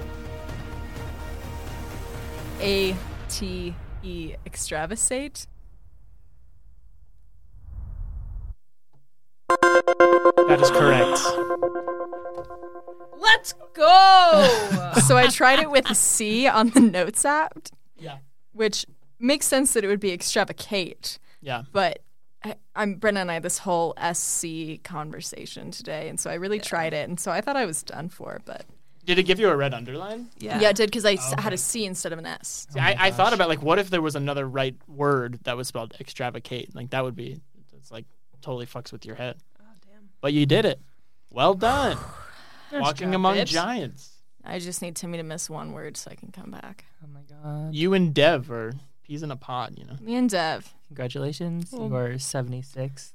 Speaker 3: A T E extravasate.
Speaker 1: That is correct.
Speaker 4: Let's go.
Speaker 3: so I tried it with a C on the notes app,
Speaker 1: Yeah.
Speaker 3: which makes sense that it would be extravagate.
Speaker 1: Yeah.
Speaker 3: But I, I'm Brenna and I had this whole SC conversation today, and so I really tried it, and so I thought I was done for. But
Speaker 1: Did it give you a red underline?
Speaker 3: yeah,
Speaker 4: yeah.
Speaker 3: it did because I s- had a C instead of an S.
Speaker 1: See, I, I thought about like, what if there was another right word that was spelled extravagate? Like that would be, it's like totally fucks with your head.
Speaker 3: Oh,
Speaker 1: But you did it. Well done. Walking
Speaker 4: job,
Speaker 1: among
Speaker 4: babes.
Speaker 1: giants.
Speaker 3: I just need Timmy to miss one word so I can come back.
Speaker 5: Oh my god.
Speaker 1: You and Dev are peas in a pod. You know.
Speaker 3: Me and Dev.
Speaker 5: Congratulations. You are 76.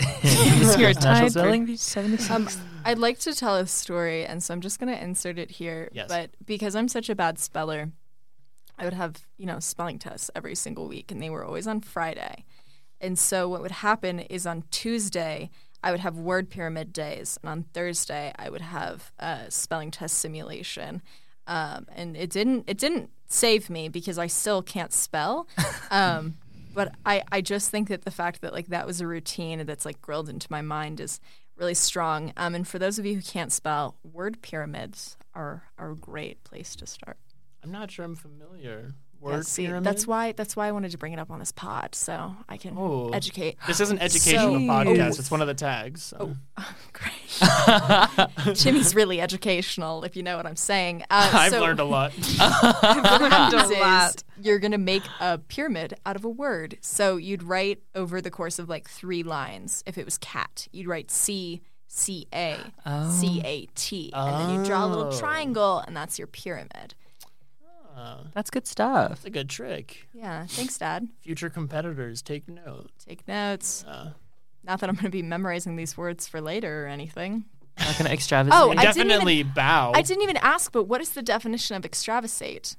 Speaker 4: You're
Speaker 5: National
Speaker 4: tied for
Speaker 5: Spelling Bee.
Speaker 4: 76.
Speaker 3: Um, I'd like to tell a story, and so I'm just going to insert it here.
Speaker 1: Yes.
Speaker 3: But because I'm such a bad speller, I would have, you know, spelling tests every single week, and they were always on Friday. And so what would happen is on Tuesday, I would have word pyramid days, and on Thursday, I would have a spelling test simulation. Um, and it didn't it didn't save me because I still can't spell. Um, but I, I just think that the fact that like that was a routine that's like grilled into my mind is really strong. Um, and for those of you who can't spell, word pyramids are are a great place to start.
Speaker 1: I'm not sure I'm familiar. Word
Speaker 3: See,
Speaker 1: pyramid.
Speaker 3: That's why that's why I wanted to bring it up on this pod so I can
Speaker 1: Oh.
Speaker 3: educate.
Speaker 1: This is an educational
Speaker 3: So-
Speaker 1: podcast.
Speaker 3: Oh.
Speaker 1: It's one of the tags. so.
Speaker 3: Great. Jimmy's really educational, if you know what I'm saying. Uh,
Speaker 1: I've
Speaker 3: so-
Speaker 1: learned a lot.
Speaker 3: happens is
Speaker 4: Um, lot.
Speaker 3: You're gonna make a pyramid out of a word. So you'd write over the course of like three lines. If it was cat, you'd write C C A C A T, and then you draw a little
Speaker 1: Oh.
Speaker 3: triangle, and that's your pyramid.
Speaker 1: Uh,
Speaker 5: That's good stuff.
Speaker 1: that's a good trick.
Speaker 3: Yeah. Thanks, Dad.
Speaker 1: Future competitors, take note.
Speaker 3: Take notes.
Speaker 1: Uh,
Speaker 3: Not that I'm gonna be memorizing these words for later or anything.
Speaker 5: Not gonna extravasate.
Speaker 3: Oh,
Speaker 1: and
Speaker 3: I didn't even-
Speaker 1: definitely bow.
Speaker 3: I didn't even ask, but what is the definition of extravasate?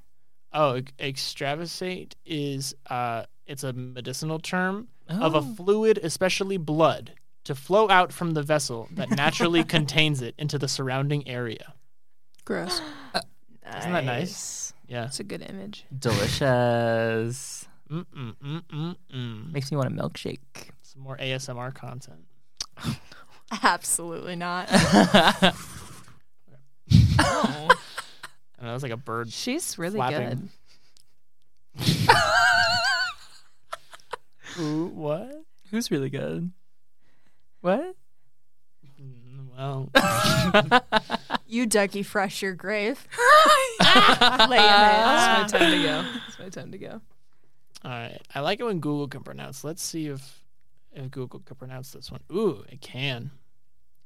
Speaker 1: Oh, ex- extravasate is uh, it's a medicinal term of a fluid, especially blood, to flow out from the vessel that naturally contains it into the surrounding area.
Speaker 4: Gross.
Speaker 1: Isn't that nice? Yeah.
Speaker 4: That's a good image.
Speaker 5: Delicious.
Speaker 1: Mm mm mm mm mm.
Speaker 5: Makes me want a milkshake.
Speaker 1: Some more ASMR content.
Speaker 3: Absolutely not.
Speaker 1: Oh. I know, that was like a bird.
Speaker 4: She's really
Speaker 1: Flapping. Ooh, what?
Speaker 5: Who's really good? What?
Speaker 1: Mm, Well,
Speaker 3: you, Dougie, fresh your grave.
Speaker 4: my time to go. Uh, It's my time to go.
Speaker 1: All right. I like it when Google can pronounce. Let's see if if Google can pronounce this one. Ooh, it can.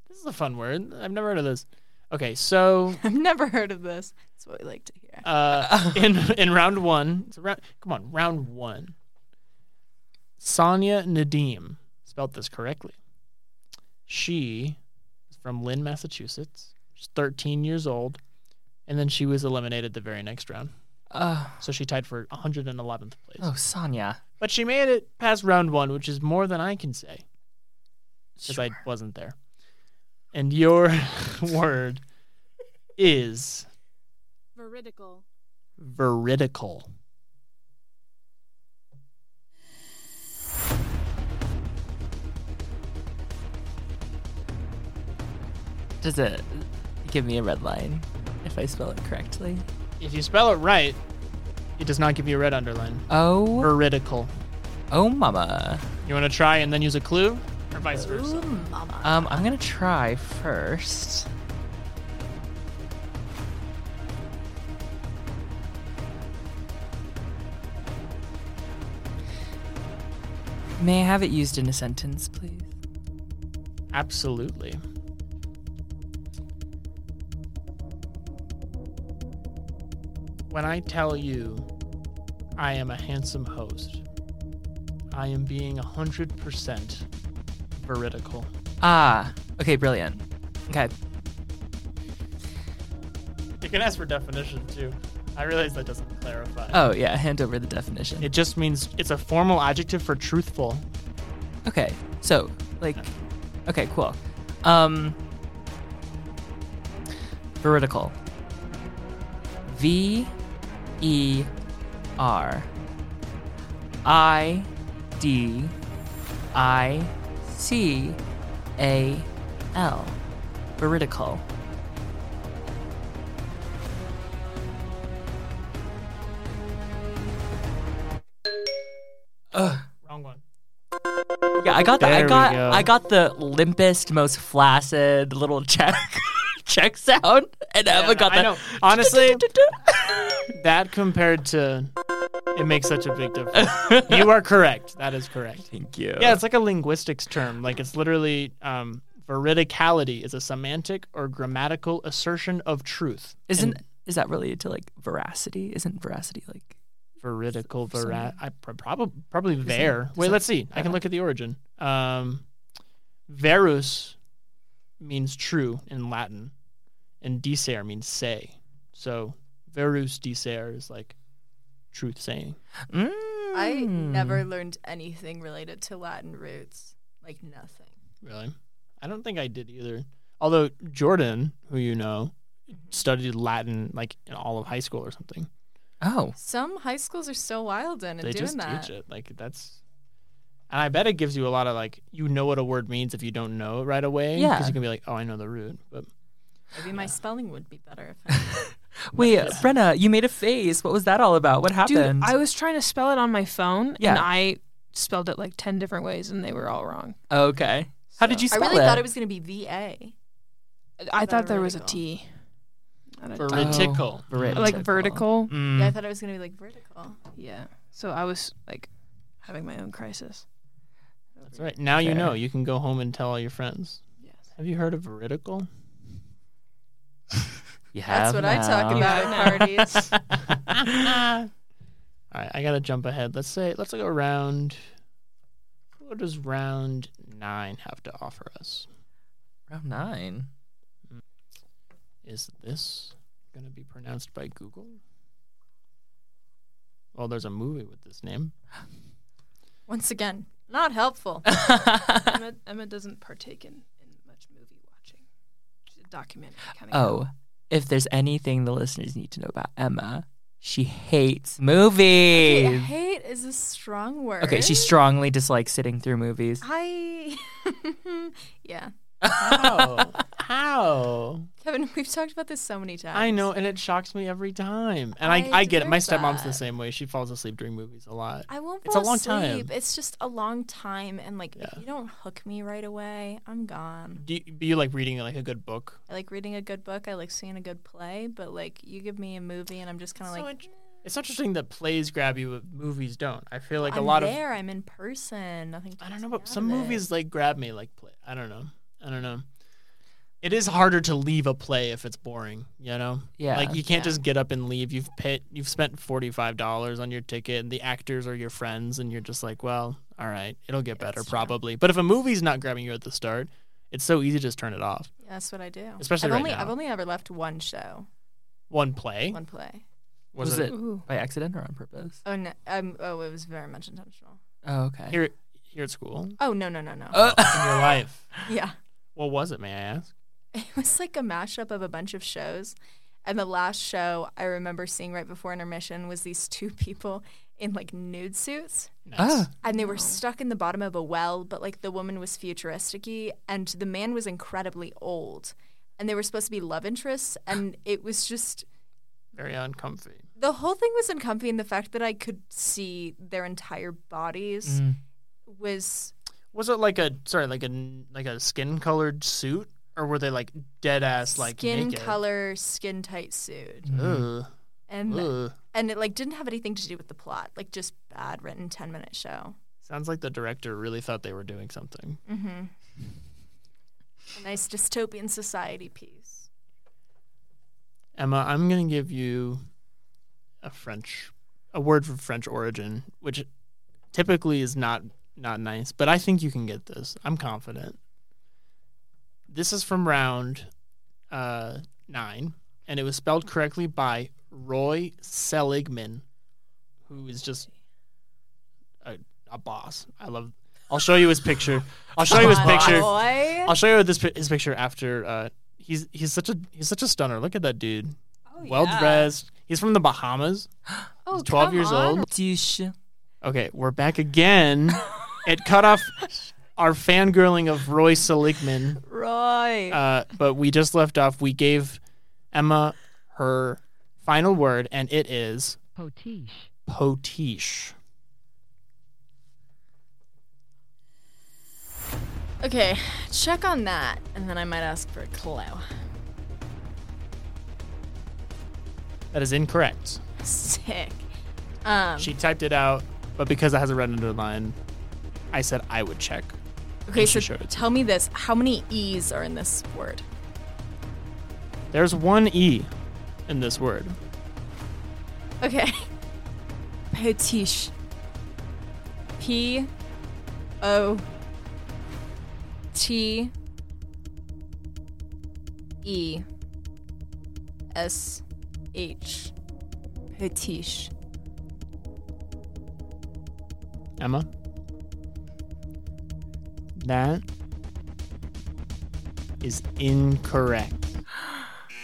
Speaker 1: This is a fun word. I've never heard of this. Okay, so
Speaker 3: I've never heard of this. That's what we like to hear.
Speaker 1: uh, in in round one, it's round, come on, round one. Sonia Nadim spelled this correctly. She is from Lynn, Massachusetts. She's 13 years old, and then she was eliminated the very next round.
Speaker 5: Uh,
Speaker 1: So she tied for 111th place.
Speaker 5: oh, Sonia.
Speaker 1: But she made it past round one, which is more than I can say because I wasn't there. And your word is
Speaker 6: Veridical.
Speaker 1: veridical.
Speaker 5: Does it give me a red line if I spell it correctly?
Speaker 1: If you spell it right, it does not give you a red underline.
Speaker 5: Oh,
Speaker 1: Veridical.
Speaker 5: oh, mama.
Speaker 1: You want to try and then use a clue, or vice versa?
Speaker 3: Ooh, mama.
Speaker 5: Um, I'm gonna try first. May I have it used in a sentence, please?
Speaker 1: Absolutely. When I tell you I am a handsome host, I am being 100% veridical.
Speaker 5: Ah, okay, brilliant. Okay.
Speaker 1: You can ask for definition too. I realize that doesn't clarify.
Speaker 5: Oh, yeah, hand over the definition.
Speaker 1: Uh, It just means it's a formal adjective for truthful.
Speaker 5: Okay, so, like, okay, cool. Um, veridical. V E R I D I C A L. Veridical.
Speaker 1: Wrong one.
Speaker 5: Yeah, I got the
Speaker 1: There
Speaker 5: I
Speaker 1: we
Speaker 5: got
Speaker 1: go.
Speaker 5: I got the limpest, most flaccid little check check sound, and Emma
Speaker 1: no,
Speaker 5: got
Speaker 1: I
Speaker 5: that.
Speaker 1: know. Honestly, that compared to it makes such a big difference. you are correct. That is correct.
Speaker 5: Thank you.
Speaker 1: Yeah, it's like a linguistics term. Like it's literally um, veridicality is a semantic or grammatical assertion of truth.
Speaker 5: Isn't is that related to like veracity? Isn't veracity like
Speaker 1: veridical vera I pr- probably probably there. Wait, let's see. I can look at the origin. Um, verus means true in Latin, and dicer means say. So verus dicer is like truth saying.
Speaker 3: I
Speaker 1: Hmm.
Speaker 3: never learned anything related to Latin roots. Like nothing.
Speaker 1: Really? I don't think I did either. Although Jordan, who you know, studied Latin like in all of high school or something.
Speaker 5: oh
Speaker 3: Some high schools are so wild and
Speaker 1: They
Speaker 3: doing
Speaker 1: just
Speaker 3: that.
Speaker 1: teach it. Like that's and I bet it gives you a lot of like you know what a word means if you don't know it right away.
Speaker 5: Yeah.
Speaker 1: Because you can be like, Oh, I know the root. But
Speaker 3: Maybe my spelling would be better if I
Speaker 5: wait, Brenna, you made a face. What was that all about? What
Speaker 4: Dude,
Speaker 5: happened?
Speaker 4: I was trying to spell it on my phone
Speaker 5: Yeah.
Speaker 4: and I spelled it like 10 different ways and they were all wrong.
Speaker 5: Oh, okay. How did you
Speaker 3: I
Speaker 5: spell
Speaker 3: really thought
Speaker 5: it?
Speaker 3: it was gonna be V A.
Speaker 4: I thought there was a
Speaker 3: Vertical.
Speaker 4: T. Not a T.
Speaker 1: vertical.
Speaker 5: Oh, Veridical.
Speaker 4: Like vertical.
Speaker 1: Mm.
Speaker 3: Yeah, I thought it was gonna be like vertical.
Speaker 4: Yeah. So I was like having my own crisis.
Speaker 1: That's right. Now you
Speaker 5: Fair.
Speaker 1: know. You can go home and tell all your friends.
Speaker 4: Yes.
Speaker 1: Have you heard of veridical?
Speaker 5: You
Speaker 3: That's
Speaker 5: have
Speaker 3: what I talk
Speaker 5: now.
Speaker 3: about at parties.
Speaker 1: All right, I gotta jump ahead. Let's say let's go round. What does round nine have to offer us?
Speaker 5: Round Oh, nine.
Speaker 1: Is this gonna be pronounced by Google? Well, there's a movie with this name.
Speaker 3: Once again, not helpful.
Speaker 4: Emma, Emma doesn't partake in, in much movie watching. She's a documentary kind of
Speaker 5: Oh, if there's anything the listeners need to know about Emma, she hates movies.
Speaker 3: Okay, hate is a strong word.
Speaker 5: Okay, she strongly dislikes sitting through movies.
Speaker 3: I. yeah.
Speaker 1: How? How?
Speaker 3: Kevin, Kevin, we've talked about this so many times.
Speaker 1: I know, and it shocks me every time. And I, I,
Speaker 3: I
Speaker 1: get it. My
Speaker 3: deserve
Speaker 1: stepmom's the
Speaker 3: that.
Speaker 1: same way. She falls asleep during movies a lot.
Speaker 3: I won't
Speaker 1: It's
Speaker 3: fall
Speaker 1: a long
Speaker 3: asleep.
Speaker 1: time.
Speaker 3: It's just a long time, and like
Speaker 1: Yeah.
Speaker 3: if you don't hook me right away, I'm gone.
Speaker 1: Do you, do you like reading like a good book?
Speaker 3: I like reading a good book. I like seeing a good play, but like you give me a movie, and I'm just kind of
Speaker 1: So
Speaker 3: like,
Speaker 1: int- it's interesting that plays grab you, but movies don't. I feel like
Speaker 3: I'm
Speaker 1: a lot of
Speaker 3: there. I'm in person. Nothing.
Speaker 1: I
Speaker 3: takes
Speaker 1: don't know,
Speaker 3: me
Speaker 1: but
Speaker 3: out
Speaker 1: some
Speaker 3: of it.
Speaker 1: movies like grab me like play. I don't know. I don't know. It is harder to leave a play if it's boring, you know.
Speaker 5: Yeah.
Speaker 1: Like you can't
Speaker 3: Yeah.
Speaker 1: just get up and leave. You've pit. You've spent forty five dollars on your ticket, and the actors are your friends, and you're just like, well, all right, it'll get better
Speaker 3: That's true.
Speaker 1: probably. But if a movie's not grabbing you at the start, it's so easy to just turn it off.
Speaker 3: Yeah, that's what I do.
Speaker 1: Especially
Speaker 3: I've
Speaker 1: right
Speaker 3: only,
Speaker 1: now.
Speaker 3: I've only ever left one show,
Speaker 1: One play
Speaker 3: one play.
Speaker 5: Was, it,
Speaker 4: Ooh.
Speaker 5: by accident or on purpose?
Speaker 3: Oh no! Um, oh, it was very much intentional.
Speaker 5: Oh, okay.
Speaker 1: here here at school
Speaker 3: Oh no no no no.
Speaker 5: Uh,
Speaker 1: in your life.
Speaker 3: yeah.
Speaker 1: What was it, may I ask?
Speaker 3: it was like a mashup of a bunch of shows. And the last show I remember seeing right before intermission was these two people in like nude suits.
Speaker 1: Nice.
Speaker 5: Ah.
Speaker 3: And they were stuck in the bottom of a well, but like the woman was futuristic and the man was incredibly old. And they were supposed to be love interests. And it was just
Speaker 1: Very uncomfy.
Speaker 3: the whole thing was uncomfy. And the fact that I could see their entire bodies
Speaker 5: Mm.
Speaker 3: was
Speaker 1: Was it like a sorry, like a n- like a skin colored suit, or were they like dead ass like
Speaker 3: skin
Speaker 1: naked?
Speaker 3: color, skin tight suit.
Speaker 1: Ugh.
Speaker 3: And
Speaker 1: Ugh.
Speaker 3: and it like didn't have anything to do with the plot like just bad written 10 minute show
Speaker 1: Sounds like the director really thought they were doing something.
Speaker 3: mm-hmm. a nice dystopian society piece
Speaker 1: Emma, I'm gonna give you a French, a word from French origin, which typically is not not nice, but I think you can get this. I'm confident. This is from round uh, nine, and it was spelled correctly by Roy Seligman, who is just a, a boss. I love. I'll show you his picture. I'll show you his
Speaker 3: Come on,
Speaker 1: picture.
Speaker 3: boy.
Speaker 1: I'll show you this pi- his picture after. Uh, he's he's such a he's such a stunner. Look at that dude. well dressed. He's from the Bahamas.
Speaker 3: Oh,
Speaker 1: he's twelve
Speaker 3: come
Speaker 1: years
Speaker 3: on.
Speaker 1: old.
Speaker 5: Douche.
Speaker 1: Okay, we're back again. it cut off our fangirling of Roy Seligman,
Speaker 3: roy
Speaker 1: uh, but we just left off. We gave Emma her final word, and it is
Speaker 7: potiche,
Speaker 1: potiche.
Speaker 3: okay check on that and then i might ask for a clue
Speaker 1: That is incorrect.
Speaker 3: sick um
Speaker 1: She typed it out, but because it has a red underline, I said I would check.
Speaker 3: okay
Speaker 1: she
Speaker 3: so
Speaker 1: showed it.
Speaker 3: tell me this how many e's are in this word
Speaker 1: There's one e in this word.
Speaker 3: okay potiche p o T E S H Petiche.
Speaker 1: Emma. That is incorrect.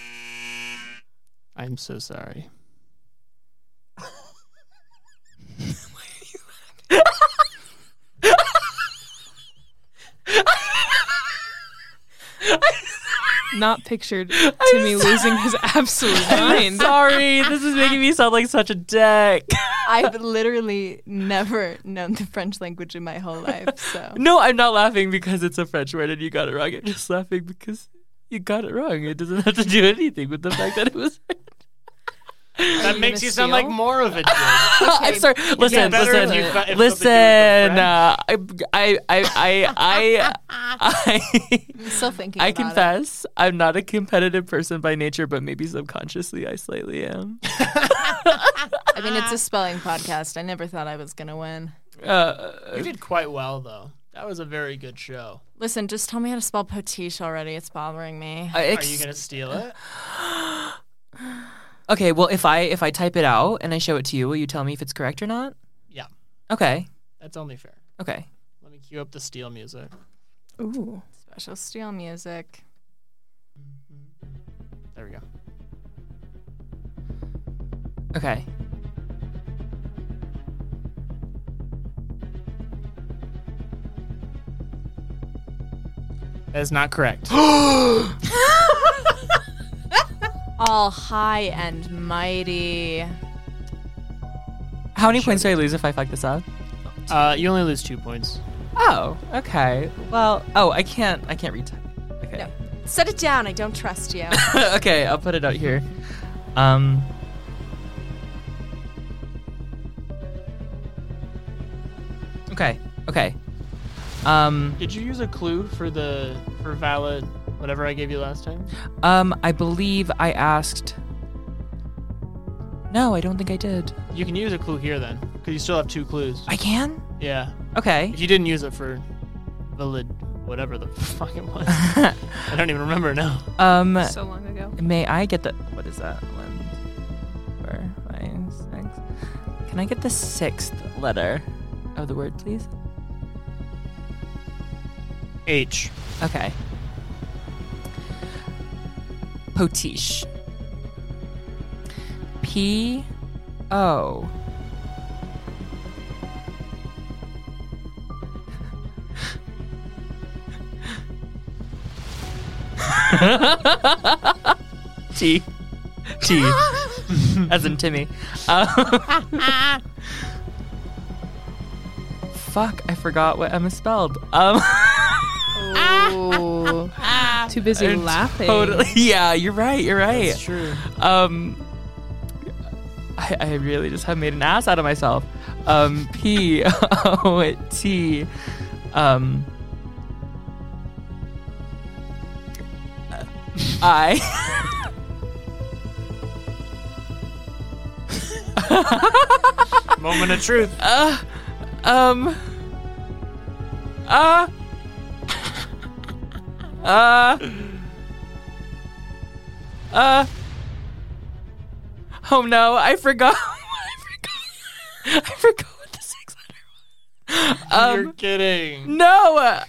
Speaker 1: I'm so sorry.
Speaker 4: Not pictured Timmy losing his absolute mind.
Speaker 5: Sorry, this is making me sound like such a dick.
Speaker 3: I've literally never known the French language in my whole life, so
Speaker 5: No, I'm not laughing because it's a French word and you got it wrong. I'm just laughing because you got it wrong. It doesn't have to do anything with the fact that it was.
Speaker 1: That
Speaker 3: you
Speaker 1: makes
Speaker 3: gonna
Speaker 1: you sound like
Speaker 3: steal?
Speaker 1: more of a dick.
Speaker 5: I'm sorry. Listen,
Speaker 1: better if
Speaker 5: listen,
Speaker 1: you fa- if something to do with
Speaker 5: listen.
Speaker 1: French.
Speaker 5: Uh, I, I, I, I, I,
Speaker 3: I'm still thinking.
Speaker 5: I
Speaker 3: about it.
Speaker 5: confess, I'm not a competitive person by nature, but maybe subconsciously I slightly am.
Speaker 3: I mean, it's a spelling podcast. I never thought I was gonna win.
Speaker 1: you
Speaker 5: Uh,
Speaker 1: did quite well though. That was a very good show.
Speaker 3: Listen, just tell me how to spell potiche already. It's bothering me.
Speaker 5: I
Speaker 1: Are you gonna steal it?
Speaker 5: Okay, well, if I if I type it out and I show it to you, will you tell me if it's correct or not?
Speaker 1: Yeah.
Speaker 5: Okay.
Speaker 1: That's only fair.
Speaker 5: Okay.
Speaker 1: Let me cue up the steal music.
Speaker 4: Ooh.
Speaker 3: Special steel music.
Speaker 1: There we go.
Speaker 5: Okay.
Speaker 1: That is not correct.
Speaker 3: all high and mighty.
Speaker 5: How many points do I lose if I fuck this up?
Speaker 1: Uh, you only lose two points.
Speaker 5: Oh, okay. Well, oh, I can't. I can't read. Okay.
Speaker 3: Set it down. I don't trust you.
Speaker 5: okay, I'll put it out here. Um. Okay. Okay. Um.
Speaker 1: Did you use a clue for the for valid whatever I gave you last time?
Speaker 5: Um. I believe I asked. No, I don't think I did.
Speaker 1: You can use a clue here then, because you still have two clues.
Speaker 5: I can.
Speaker 1: Yeah.
Speaker 5: Okay.
Speaker 1: If you didn't use it for valid whatever the fuck it was, I don't even remember now.
Speaker 5: um.
Speaker 4: so long ago.
Speaker 5: May I get the what is that? One, four, five, six. Can I get the sixth letter of the word, please?
Speaker 1: H.
Speaker 5: Okay. Potiche. P O. T. T. As in Timmy. Um, fuck, I forgot what Emma spelled. Um.
Speaker 3: Ooh.
Speaker 4: Too busy
Speaker 5: I
Speaker 4: laughing.
Speaker 5: Totally. Yeah, you're right. You're right.
Speaker 1: It's true.
Speaker 5: Um, I, I really just have made an ass out of myself. Um, P O T. Um, I.
Speaker 1: Moment of truth.
Speaker 5: Uh, um. Uh. Uh. Uh. Oh no, I forgot. I forgot. I forgot what the six letter was.
Speaker 1: You're
Speaker 5: Um.
Speaker 1: kidding.
Speaker 5: No.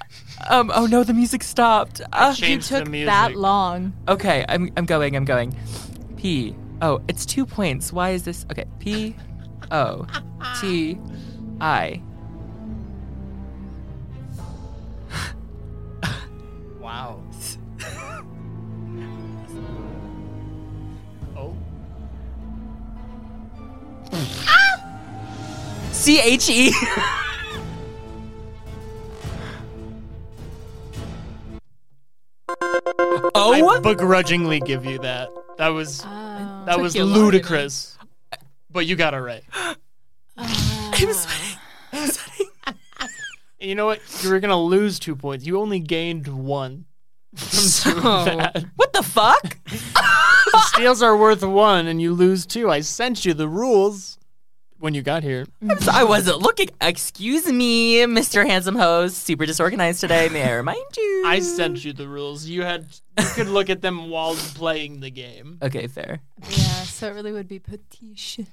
Speaker 5: Um. Oh no, the music stopped. Uh,
Speaker 3: you
Speaker 1: Change the
Speaker 3: took
Speaker 1: music.
Speaker 3: that long.
Speaker 5: okay, I'm. I'm going. I'm going. P. Oh, it's two points. Why is this? Okay. P. O. T. I.
Speaker 1: Wow. oh.
Speaker 5: C H E.
Speaker 1: I
Speaker 5: Oh,
Speaker 1: begrudgingly give you that. That was
Speaker 3: Oh.
Speaker 1: that
Speaker 4: Took
Speaker 1: was
Speaker 4: you a lot, didn't it?
Speaker 1: ludicrous. But you got it right.
Speaker 5: I'm sweating. I'm sweating.
Speaker 1: And you know what? You were gonna lose two points. You only gained one from doing that.
Speaker 5: What the fuck?
Speaker 1: Steals are worth one, and you lose two. I sent you the rules when you got here.
Speaker 5: I'm so- I wasn't looking. Excuse me, Mr. Handsome Hose. Super disorganized today. May I remind you?
Speaker 1: I sent you the rules. You had you could look at them while playing the game.
Speaker 5: Okay, fair.
Speaker 3: Yeah, so it really would be petiche.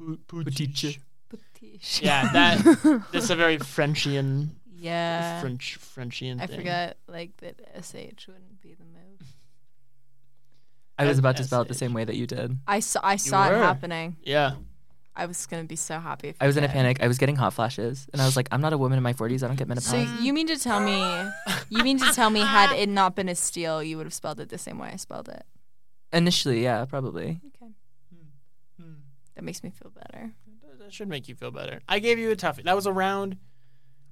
Speaker 1: Poutiche.
Speaker 3: Petiche.
Speaker 1: Yeah, that that's a very Frenchian,
Speaker 3: Yeah.
Speaker 1: French Frenchian.
Speaker 3: Uh, I
Speaker 1: thing.
Speaker 3: forgot like that sh wouldn't be the move.
Speaker 5: I was about to spell it the
Speaker 1: SH.
Speaker 5: same way that you did.
Speaker 3: I saw I saw it
Speaker 1: were.
Speaker 3: happening.
Speaker 1: Yeah,
Speaker 3: I was gonna be so happy. If
Speaker 5: I was in a
Speaker 3: did.
Speaker 5: panic. I was getting hot flashes, and I was like, "I'm not a woman in my 40s. I don't get menopause."
Speaker 3: So you mean to tell me, you mean to tell me, had it not been a steal, you would have spelled it the same way I spelled it.
Speaker 5: Initially, yeah, probably.
Speaker 3: Okay, that makes me feel better.
Speaker 1: that should make you feel better. I gave you a toughie. That was a round.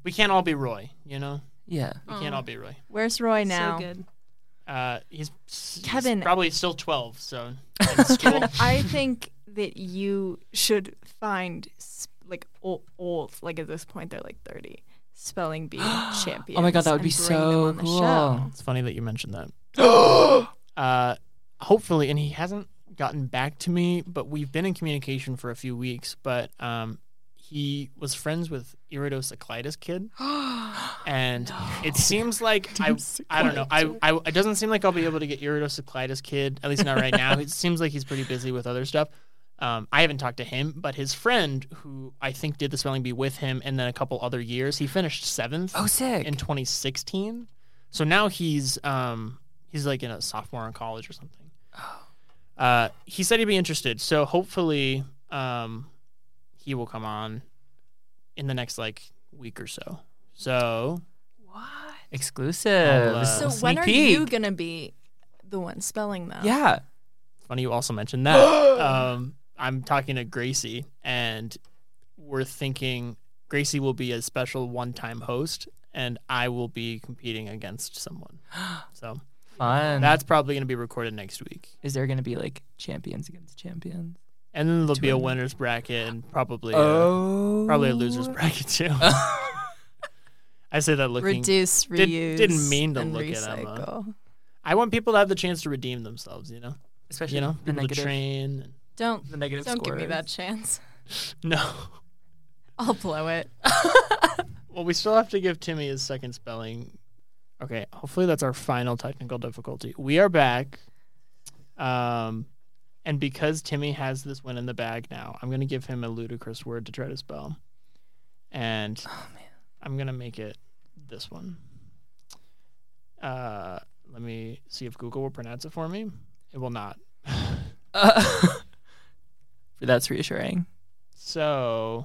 Speaker 1: We can't all be Roy, you know.
Speaker 5: Yeah.
Speaker 1: We can't all be Roy.
Speaker 3: Where's Roy now?
Speaker 4: So good.
Speaker 1: Uh, he's he's
Speaker 3: Kevin.
Speaker 1: probably still twelve, so in school.
Speaker 3: Kevin, I think that you should find s- like old, old, like at this point they're like thirty, spelling bee champions.
Speaker 5: Oh my god, that would
Speaker 3: and
Speaker 5: be
Speaker 3: bring them
Speaker 5: so
Speaker 3: on the show.
Speaker 5: cool.
Speaker 1: It's funny that you mentioned that. uh, hopefully, and he hasn't gotten back to me, but we've been in communication for a few weeks. But um, he was friends with iridocyclitis kid, and it seems like I, I don't know. I, I it doesn't seem like I'll be able to get iridocyclitis kid at least not right now. it seems like he's pretty busy with other stuff. Um, I haven't talked to him, but his friend, who I think did the spelling bee with him, and then a couple other years, he finished seventh
Speaker 5: Oh, sick.
Speaker 1: in 2016. So now he's um he's like in a sophomore in college or something. Uh, he said he'd be interested. So hopefully um he will come on in the next like week or so. So
Speaker 5: Exclusive.
Speaker 1: I'll, uh,
Speaker 3: So
Speaker 5: Sneak
Speaker 3: when are
Speaker 5: peek.
Speaker 3: you gonna be the one spelling them?
Speaker 5: Yeah.
Speaker 1: Funny you also mentioned that. um, I'm talking to Gracie, and we're thinking Gracie will be a special one-time host, and I will be competing against someone. So
Speaker 5: Fun.
Speaker 1: that's probably going to be recorded next week,
Speaker 5: Is there going to be like champions against champions?
Speaker 1: and then there'll be a winners bracket and probably a,
Speaker 5: Oh.
Speaker 1: probably a losers bracket too. I say that looking.
Speaker 3: Reduce,
Speaker 1: Did-
Speaker 3: reuse,
Speaker 1: didn't mean to
Speaker 3: and
Speaker 1: look at Emma.
Speaker 3: recycle.
Speaker 1: I want people to have the chance to redeem themselves. You know,
Speaker 5: Especially
Speaker 1: you know,
Speaker 5: the
Speaker 1: people to
Speaker 5: negative.
Speaker 1: train. and-
Speaker 3: Don't
Speaker 5: The negative
Speaker 3: don't give me
Speaker 5: scores.
Speaker 3: that chance.
Speaker 1: No.
Speaker 3: I'll blow it.
Speaker 1: Well, we still have to give Timmy his second spelling. Okay, hopefully that's our final technical difficulty. We are back. Um, and because Timmy has this win in the bag now, I'm going to give him a ludicrous word to try to spell. And
Speaker 5: Oh,
Speaker 1: I'm going to make it this one. Uh, let me see if Google will pronounce it for me. It will not.
Speaker 5: Uh, that's reassuring.
Speaker 1: So,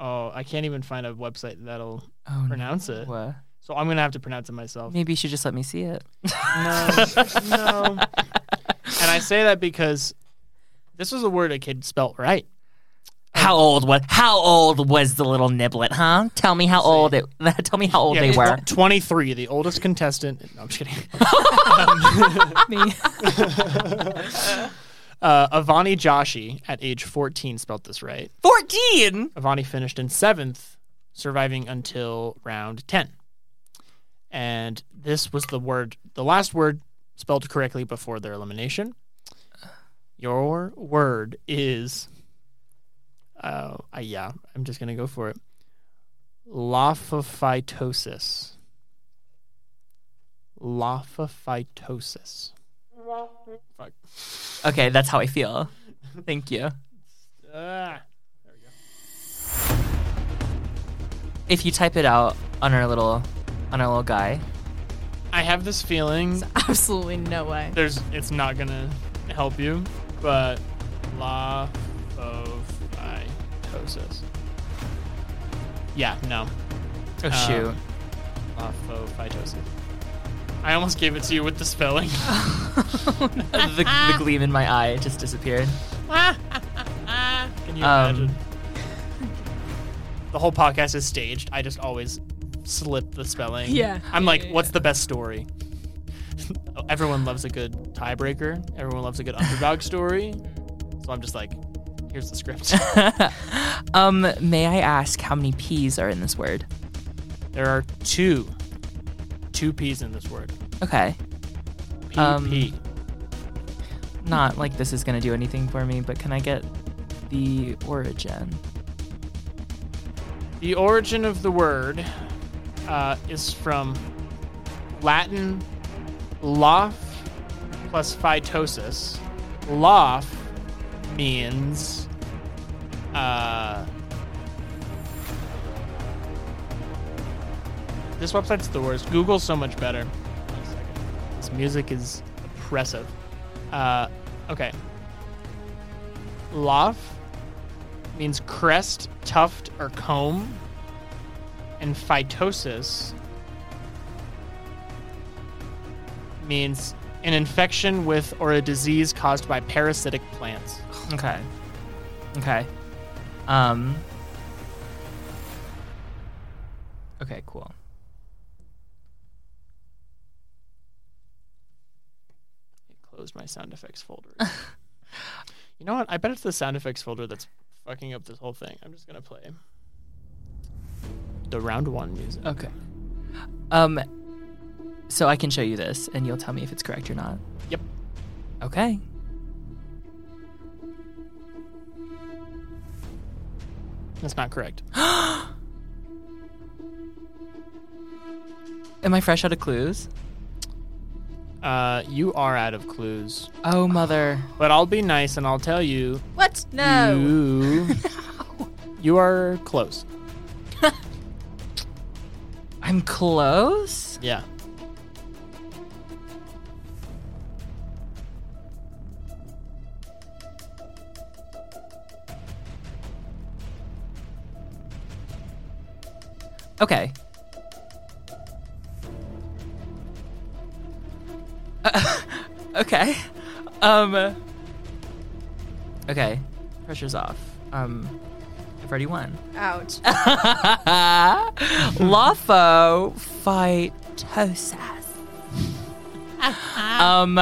Speaker 1: oh, I can't even find a website that'll
Speaker 5: Oh,
Speaker 1: pronounce it.
Speaker 5: no. Uh,
Speaker 1: So I'm going to have to pronounce it myself.
Speaker 5: Maybe you should just let me see it.
Speaker 1: No, no. And I say that because this was a word a kid spelt right.
Speaker 5: How old was How old was the little niblet? Huh? Tell me how old it. Tell me how old they were.
Speaker 1: 23, the oldest contestant. No, I'm just kidding.
Speaker 4: Me.
Speaker 1: Uh, Avani Joshi, at age 14, spelt this right.
Speaker 5: Fourteen.
Speaker 1: Avani finished in seventh, surviving until round 10. And this was the word, the last word spelled correctly before their elimination. Your word is, uh, uh, yeah, I'm just going to go for it. Lophophitosis. Lophophitosis. Fuck.
Speaker 5: Okay, that's how I feel. Thank you.
Speaker 1: Ah.
Speaker 5: If you type it out on our little, on our little guy,
Speaker 1: I have this feeling
Speaker 3: Absolutely no way.
Speaker 1: there's it's not gonna help you, but la of phytosis. Yeah, no.
Speaker 5: oh
Speaker 1: Um,
Speaker 5: shoot,
Speaker 1: Lophophitosis. I almost gave it to you with the spelling.
Speaker 5: the, the gleam in my eye just disappeared.
Speaker 1: Can you
Speaker 5: Um,
Speaker 1: imagine? The whole podcast is staged. I just always slip the spelling.
Speaker 4: Yeah.
Speaker 1: I'm like,
Speaker 4: yeah,
Speaker 1: what's the best story? Everyone loves a good tiebreaker. Everyone loves a good underdog story. So I'm just like, here's the script.
Speaker 5: Um, may I ask how many p's are in this word?
Speaker 1: There are two, two P's in this word.
Speaker 5: Okay,
Speaker 1: PP.
Speaker 5: Um, not like this is gonna do anything for me, but can I get the origin?
Speaker 1: the origin of the word uh, is from Latin "lof" plus phytosis. "Lof" means uh, this website's the worst. Google's so much better. One second. This music is oppressive. Uh, okay. Lof means crest, tuft, or comb. And phytosis means an infection with or a disease caused by parasitic plants.
Speaker 5: Okay. Okay. Um. Okay, cool.
Speaker 1: It closed my sound effects folder. you know what? I bet it's the sound effects folder that's fucking up this whole thing. I'm just going to play the round one music.
Speaker 5: Okay. Um so I can show you this and you'll tell me if it's correct or not.
Speaker 1: Yep.
Speaker 5: Okay.
Speaker 1: That's not correct.
Speaker 5: Am I fresh out of clues?
Speaker 1: Uh, you are out of clues.
Speaker 5: Oh mother.
Speaker 1: But I'll be nice and I'll tell you
Speaker 3: What? No.
Speaker 1: You, you are close.
Speaker 5: I'm close?
Speaker 1: Yeah.
Speaker 5: Okay. okay. Uh, Um Okay, pressure's off. Um, I've already won.
Speaker 3: Ouch.
Speaker 5: Lafo phytosas. um,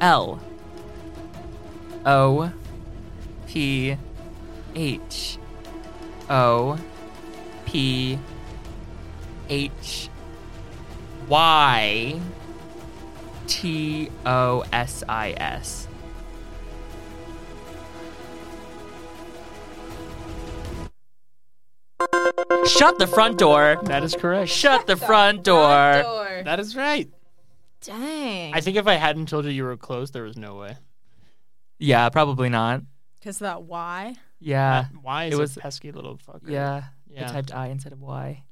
Speaker 5: L O P H O P H Y T O S I S. Shut the front door.
Speaker 1: That is correct.
Speaker 5: Shut the front door.
Speaker 3: Door.
Speaker 1: That is right.
Speaker 3: Dang.
Speaker 1: I think if I hadn't told you you were close, there was no way.
Speaker 5: Yeah, probably not.
Speaker 3: Because that why?
Speaker 5: Yeah.
Speaker 1: That- why is
Speaker 5: Uh, it
Speaker 1: it
Speaker 5: was-
Speaker 1: a pesky little fucker?
Speaker 5: Yeah.
Speaker 1: Yeah.
Speaker 5: I typed I instead of Y.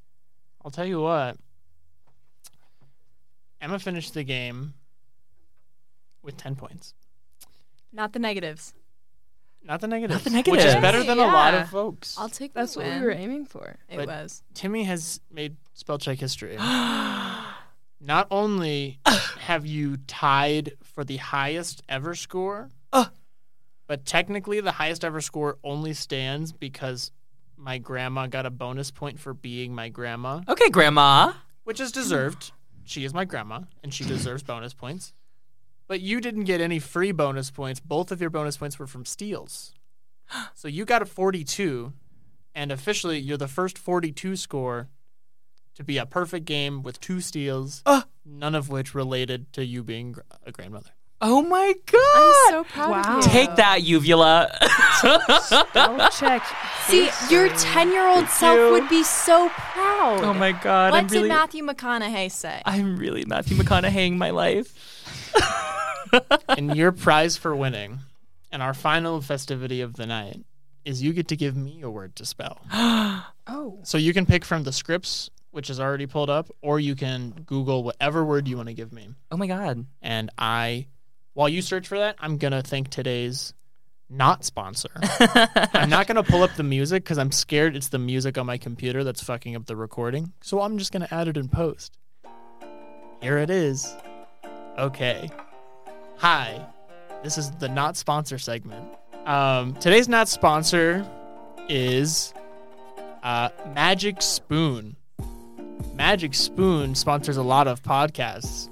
Speaker 1: I'll tell you what. Emma finished the game with ten points.
Speaker 3: Not the negatives.
Speaker 1: Not the negative.
Speaker 5: the
Speaker 1: Which is
Speaker 5: negatives.
Speaker 1: better than a lot
Speaker 3: Yeah.
Speaker 1: of folks.
Speaker 3: I'll take the
Speaker 4: That's what
Speaker 3: win.
Speaker 4: we were aiming for.
Speaker 3: It
Speaker 1: But-
Speaker 3: was.
Speaker 1: Timmy has made spell check history. Not only have you tied for the highest ever score,
Speaker 5: Ah.
Speaker 1: but technically the highest ever score only stands because my grandma got a bonus point for being my grandma,
Speaker 5: Okay, Grandma.
Speaker 1: which is deserved. She is my grandma and she deserves bonus points. But you didn't get any free bonus points. Both of your bonus points were from steals. So you got a 42, and officially you're the first 42 score to be a perfect game with two steals,
Speaker 5: Ah.
Speaker 1: none of which related to you being gr- a grandmother.
Speaker 5: Oh my
Speaker 3: I'm
Speaker 5: god.
Speaker 3: so proud
Speaker 4: Wow.
Speaker 3: of you.
Speaker 5: Take that, uvula.
Speaker 4: Spell check.
Speaker 3: See, your 10 year old self would be so proud.
Speaker 5: oh my god.
Speaker 3: What
Speaker 5: I'm
Speaker 3: did
Speaker 5: really
Speaker 3: Matthew McConaughey say?
Speaker 5: I'm really Matthew McConaugheying my life.
Speaker 1: and your prize for winning, and our final festivity of the night, is you get to give me a word to spell.
Speaker 4: Oh,
Speaker 1: So you can pick from the scripts, which is already pulled up, or you can Google whatever word you want to give me.
Speaker 5: Oh my god.
Speaker 1: And I, while you search for that, I'm going to thank today's not sponsor. I'm not going to pull up the music because I'm scared it's the music on my computer that's fucking up the recording. So I'm just going to add it in post. Here it is. Okay. Hi. This is the not sponsor segment. Um, today's not sponsor is uh, Magic Spoon. Magic Spoon sponsors a lot of podcasts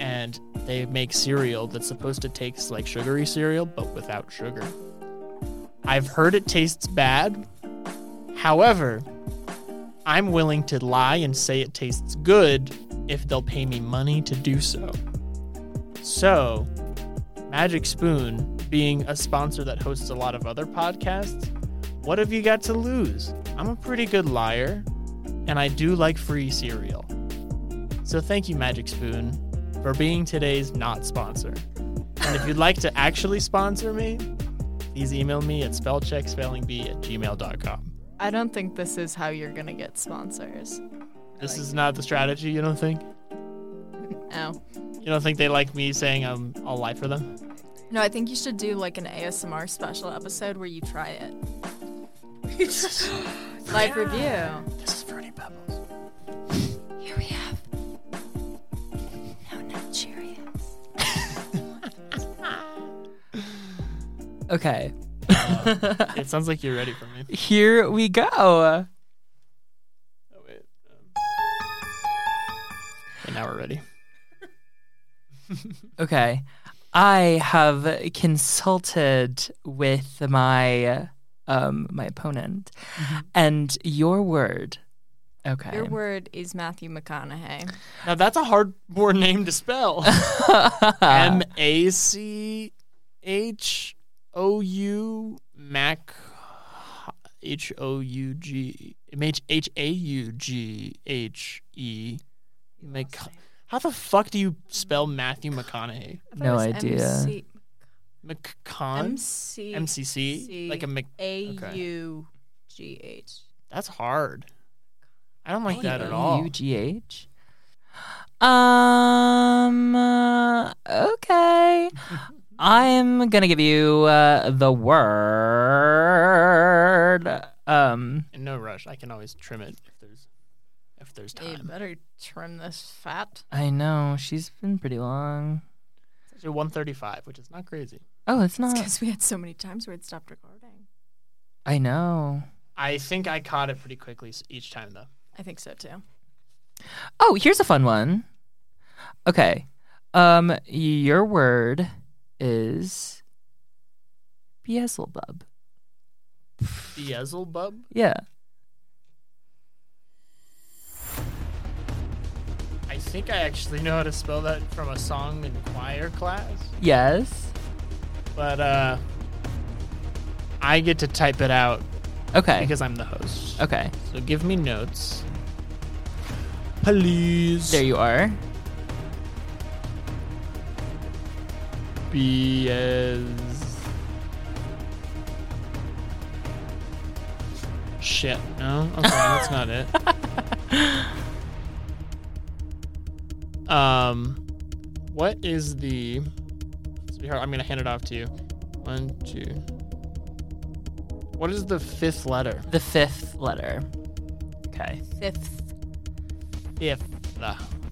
Speaker 1: and they make cereal that's supposed to taste like sugary cereal but without sugar. I've heard it tastes bad. However, I'm willing to lie and say it tastes good if they'll pay me money to do so. So, Magic Spoon, being a sponsor that hosts a lot of other podcasts, what have you got to lose? I'm a pretty good liar, and I do like free cereal. So, thank you, Magic Spoon, for being today's not sponsor. And if you'd like to actually sponsor me, please email me at spellcheckspellingbee at gmail.com.
Speaker 3: I don't think this is how you're going to get sponsors.
Speaker 1: This is not the strategy, you don't think?
Speaker 3: Oh.
Speaker 1: You don't think they like me saying um, I'll lie for them?
Speaker 3: No, I think you should do like an ASMR special episode where you try it. Live review.
Speaker 1: This is Fruity Pebbles.
Speaker 3: Here we have. No, not Cheerios.
Speaker 5: Okay.
Speaker 1: It sounds like you're ready for me.
Speaker 5: Here we go.
Speaker 1: Oh, wait. And now we're ready.
Speaker 5: Okay. I have consulted with my um my opponent and your word. Okay.
Speaker 3: Your word is Matthew McConaughey.
Speaker 1: Now that's a hard word name to spell. M A C H O U Mac H O U G M H H A U G H E Mc- How the fuck do you spell Matthew McConaughey?
Speaker 5: No idea.
Speaker 3: MC,
Speaker 1: McCon MCC like a Mc.
Speaker 3: A-U-G-H.
Speaker 1: That's hard. I don't like that at all.
Speaker 5: U G H. Um. uh, okay. I'm gonna give you uh, the word. Um.
Speaker 1: In no rush. I can always trim it if there's if there's
Speaker 3: You
Speaker 1: time.
Speaker 3: better trim this fat.
Speaker 5: I know she's been pretty long.
Speaker 3: It's
Speaker 1: to 135, which is not crazy.
Speaker 5: Oh, it's not.
Speaker 3: because we had so many times where it stopped recording.
Speaker 5: I know.
Speaker 1: I think I caught it pretty quickly s- each time, though.
Speaker 3: I think so too.
Speaker 5: Oh, here's a fun one. Okay. Um, your word is Beelzebub.
Speaker 1: Beelzebub?
Speaker 5: Yeah.
Speaker 1: I think I actually know how to spell that from a song and choir class,
Speaker 5: Yes.
Speaker 1: but uh, I get to type it out
Speaker 5: Okay.
Speaker 1: because I'm the host.
Speaker 5: okay.
Speaker 1: So give me notes. Please.
Speaker 5: There you are.
Speaker 1: be as shit. No, okay, that's not it. Um, what is the? This will be hard. I'm gonna hand it off to you. One, two. What is the fifth letter?
Speaker 5: The fifth letter. Okay.
Speaker 3: Fifth,
Speaker 1: Fifth.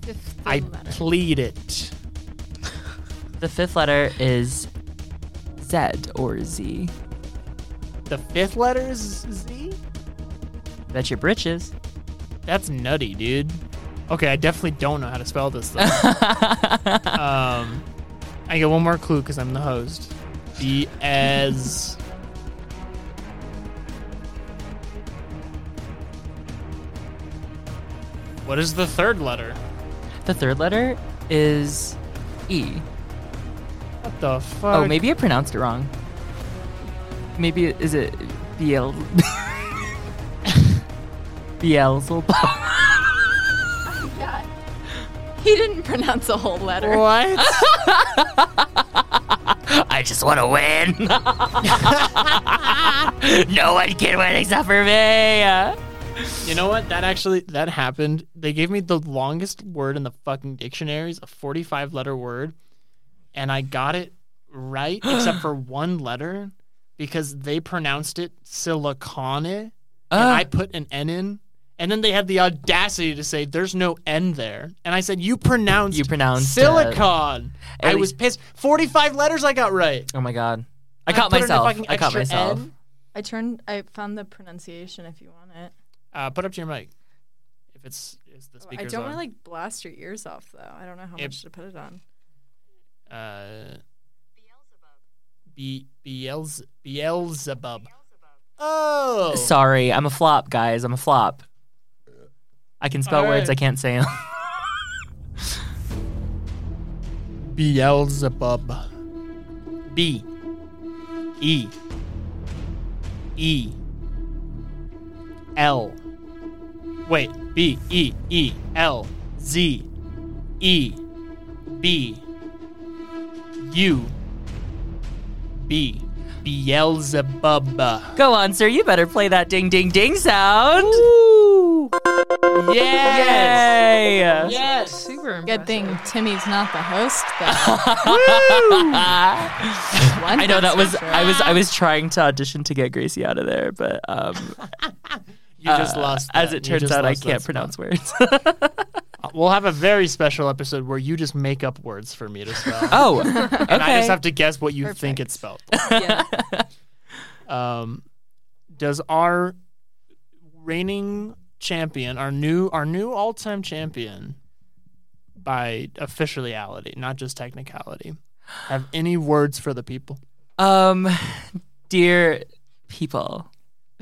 Speaker 3: fifth
Speaker 1: I
Speaker 3: letter.
Speaker 1: plead it.
Speaker 5: The fifth letter is Z or Z.
Speaker 1: The fifth letter is E? Z.
Speaker 5: Bet your britches.
Speaker 1: That's nutty, dude. Okay, I definitely don't know how to spell this though. Um, I get one more clue because I'm the host. B as what is the third letter?
Speaker 5: the third letter is E.
Speaker 1: What the fuck?
Speaker 5: Oh, maybe I pronounced it wrong. Maybe it- is it Biel Beelzebub?
Speaker 3: He didn't pronounce a whole letter.
Speaker 1: what?
Speaker 5: I just want to win. no one can win except for me.
Speaker 1: you know what? That actually that happened. They gave me the longest word in the fucking dictionaries, a 45 letter word, and I got it right except for one letter because they pronounced it silicone. and
Speaker 5: Ah.
Speaker 1: I put an N in. And then they had the audacity to say there's no N there. And I said, You pronounced
Speaker 5: You pronounced uh,
Speaker 1: silicon.
Speaker 5: it.
Speaker 1: I was pissed. Forty five letters I got right.
Speaker 5: Oh my god. I caught
Speaker 1: put in a
Speaker 5: myself.
Speaker 1: fucking
Speaker 5: I caught
Speaker 1: extra
Speaker 5: myself.
Speaker 1: N.
Speaker 3: I turned. I found the pronunciation if you want it.
Speaker 1: Uh, put up to your mic. If it's is the
Speaker 3: I
Speaker 1: speaker's
Speaker 3: don't want
Speaker 1: on.
Speaker 3: to like blast your ears off though. I don't know how
Speaker 1: Yep.
Speaker 3: much to put it on.
Speaker 1: uh Be- Beelze- Beelzebub. Oh
Speaker 5: Sorry, I'm a flop, guys. I'm a flop. I can spell
Speaker 1: All
Speaker 5: words,
Speaker 1: right.
Speaker 5: I can't say them.
Speaker 1: Beelzebub. B. E. E. L. Wait. B. E. E. L. Z. E. B. U. B. Beelzebub.
Speaker 5: Go on, sir. You better play that ding ding ding sound.
Speaker 1: Yes!
Speaker 5: Yay!
Speaker 1: Yes!
Speaker 4: Super impressive.
Speaker 3: Good thing Timmy's not the host though.
Speaker 5: Ah.
Speaker 3: One
Speaker 5: I know that
Speaker 3: thing's
Speaker 5: was
Speaker 3: for sure.
Speaker 5: I was I was trying to audition to get Gracie out of there, but um,
Speaker 1: You just
Speaker 5: uh,
Speaker 1: lost.
Speaker 5: as
Speaker 1: that.
Speaker 5: it
Speaker 1: You
Speaker 5: turns
Speaker 1: just
Speaker 5: out, I
Speaker 1: lost that
Speaker 5: can't
Speaker 1: spot.
Speaker 5: pronounce words.
Speaker 1: We'll have a very special episode where you just make up words for me to spell.
Speaker 5: oh, okay.
Speaker 1: and I just have to guess what you think it's spelled.
Speaker 3: Yeah.
Speaker 1: Um, does our reigning champion, our new, our new all-time champion, by officiality, not just technicality, have any words for the people?
Speaker 5: Um, dear people,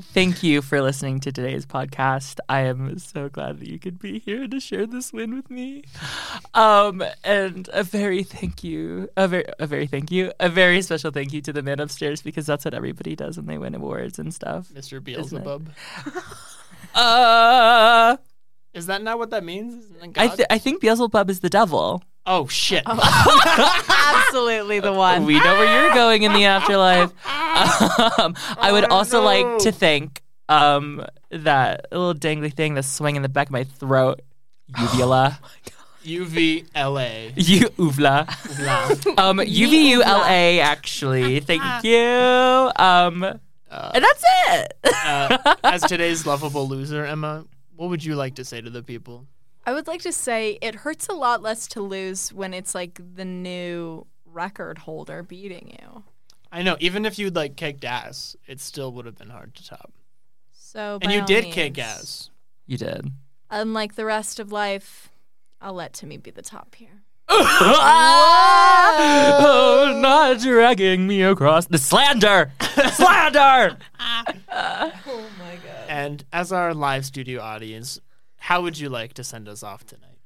Speaker 5: thank you for listening to today's podcast. I am so glad that you could be here to share this win with me. Um, and a very thank you, a very, a very thank you, a very special thank you to the man upstairs because that's what everybody does when they win awards and stuff.
Speaker 1: Mr. Beelzebub.
Speaker 5: Uh,
Speaker 1: Is that not what that means? Isn't that
Speaker 5: I
Speaker 1: God?
Speaker 5: th- I think Beelzebub is the devil.
Speaker 1: oh shit!
Speaker 3: absolutely the one.
Speaker 5: We know where you're going in the afterlife. Um, I would also like to thank um, that little dangly thing that's swinging in the back of my throat, uvula,
Speaker 1: UVLA.
Speaker 5: you uvula, um, uvula. Actually, thank you. Um, and that's it.
Speaker 1: Uh, as today's lovable loser, Emma, what would you like to say to the people?
Speaker 3: I would like to say it hurts a lot less to lose when it's like the new record holder beating you.
Speaker 1: I know. Even if you'd like kicked ass, it still would have been hard to top.
Speaker 3: So
Speaker 1: And
Speaker 3: by
Speaker 1: you
Speaker 3: all
Speaker 1: did
Speaker 3: means,
Speaker 1: kick ass.
Speaker 5: You did.
Speaker 3: Unlike the rest of life, I'll let Timmy be the top here.
Speaker 5: oh, not dragging me across the slander, slander.
Speaker 1: And as our live studio audience, how would you like to send us off tonight?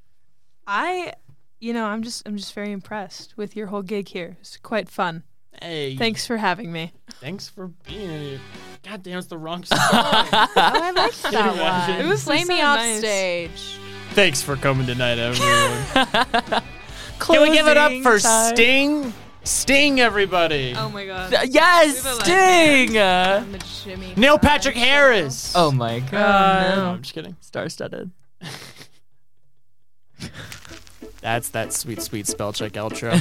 Speaker 4: I, you know, I'm just I'm just very impressed with your whole gig here. It's quite fun.
Speaker 1: Hey,
Speaker 4: Thanks for having me.
Speaker 1: thanks for being here. God damn, it's the wrong song.
Speaker 3: I liked that
Speaker 1: Imagine.
Speaker 3: one.
Speaker 4: It was
Speaker 3: Play
Speaker 4: so
Speaker 3: me off
Speaker 4: nice.
Speaker 3: stage.
Speaker 1: thanks for coming tonight, everyone. Can we give it up for Sting? Sting, everybody.
Speaker 4: Oh
Speaker 3: Oh.
Speaker 4: my god.
Speaker 5: Yes, Sting.
Speaker 3: I'm a Jimmy.
Speaker 1: Neil
Speaker 3: Fry.
Speaker 1: Patrick Harris.
Speaker 5: Oh my
Speaker 1: no,
Speaker 5: god.
Speaker 1: I'm just kidding.
Speaker 5: Star-studded.
Speaker 1: That's that sweet, sweet spell check outro.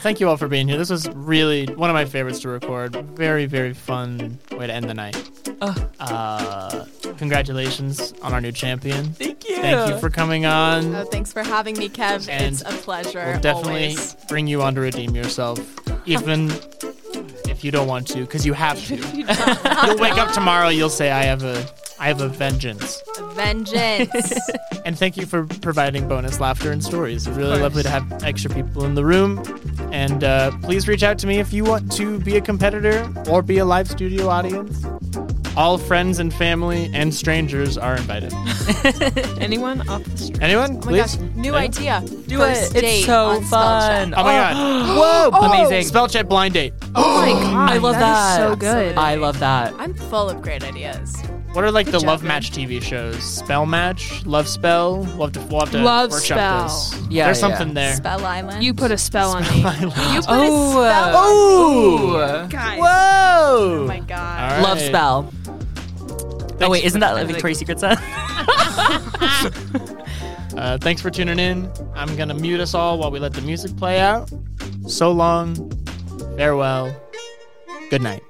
Speaker 1: Thank you all for being here. This was really one of my favorites to record. Very, very fun way to end the night.
Speaker 5: Oh.
Speaker 1: Uh, congratulations on our new champion.
Speaker 5: Thank you.
Speaker 1: Thank you for coming on.
Speaker 3: Oh, thanks for having me, Kev.
Speaker 1: And
Speaker 3: it's a pleasure.
Speaker 1: We'll definitely
Speaker 3: always.
Speaker 1: bring you on to redeem yourself, even if you don't want to, because you have to. you'll wake up tomorrow. You'll say, "I have a, I have a vengeance."
Speaker 3: Vengeance.
Speaker 1: And thank you for providing bonus laughter and stories. Really lovely to have extra people in the room. And uh, please reach out to me if you want to be a competitor or be a live studio audience. All friends and family and strangers are invited.
Speaker 4: Anyone off the street?
Speaker 1: Anyone?
Speaker 3: oh my gosh,
Speaker 1: please?
Speaker 3: new
Speaker 1: Anyone?
Speaker 3: idea.
Speaker 5: Do
Speaker 3: First
Speaker 5: it.
Speaker 3: date
Speaker 5: It's so
Speaker 3: on spell
Speaker 5: fun.
Speaker 3: check.
Speaker 1: Oh my god. Whoa!
Speaker 5: Amazing.
Speaker 1: Spell check blind date.
Speaker 3: Oh my god.
Speaker 5: I love that.
Speaker 4: that is so good.
Speaker 5: I love that.
Speaker 3: I'm full of great ideas.
Speaker 1: What are like the
Speaker 3: job,
Speaker 1: love
Speaker 3: man.
Speaker 1: match TV shows? Spell match, love spell. We'll have to, we'll have to
Speaker 4: Love
Speaker 1: workshop
Speaker 4: spell.
Speaker 1: this.
Speaker 5: Yeah,
Speaker 1: there's
Speaker 5: yeah.
Speaker 1: something there.
Speaker 3: Spell Island.
Speaker 4: You put a spell on me.
Speaker 3: You put
Speaker 5: Oh,
Speaker 3: a
Speaker 1: Ooh!
Speaker 3: spell.
Speaker 5: uh,
Speaker 4: Guys.
Speaker 1: Whoa!
Speaker 3: Oh my god.
Speaker 5: Love spell. oh wait, isn't that like
Speaker 4: like-
Speaker 5: Victoria's Secret set?
Speaker 1: Uh, thanks for tuning in. I'm gonna mute us all while we let the music play out. So long. Farewell. Good night.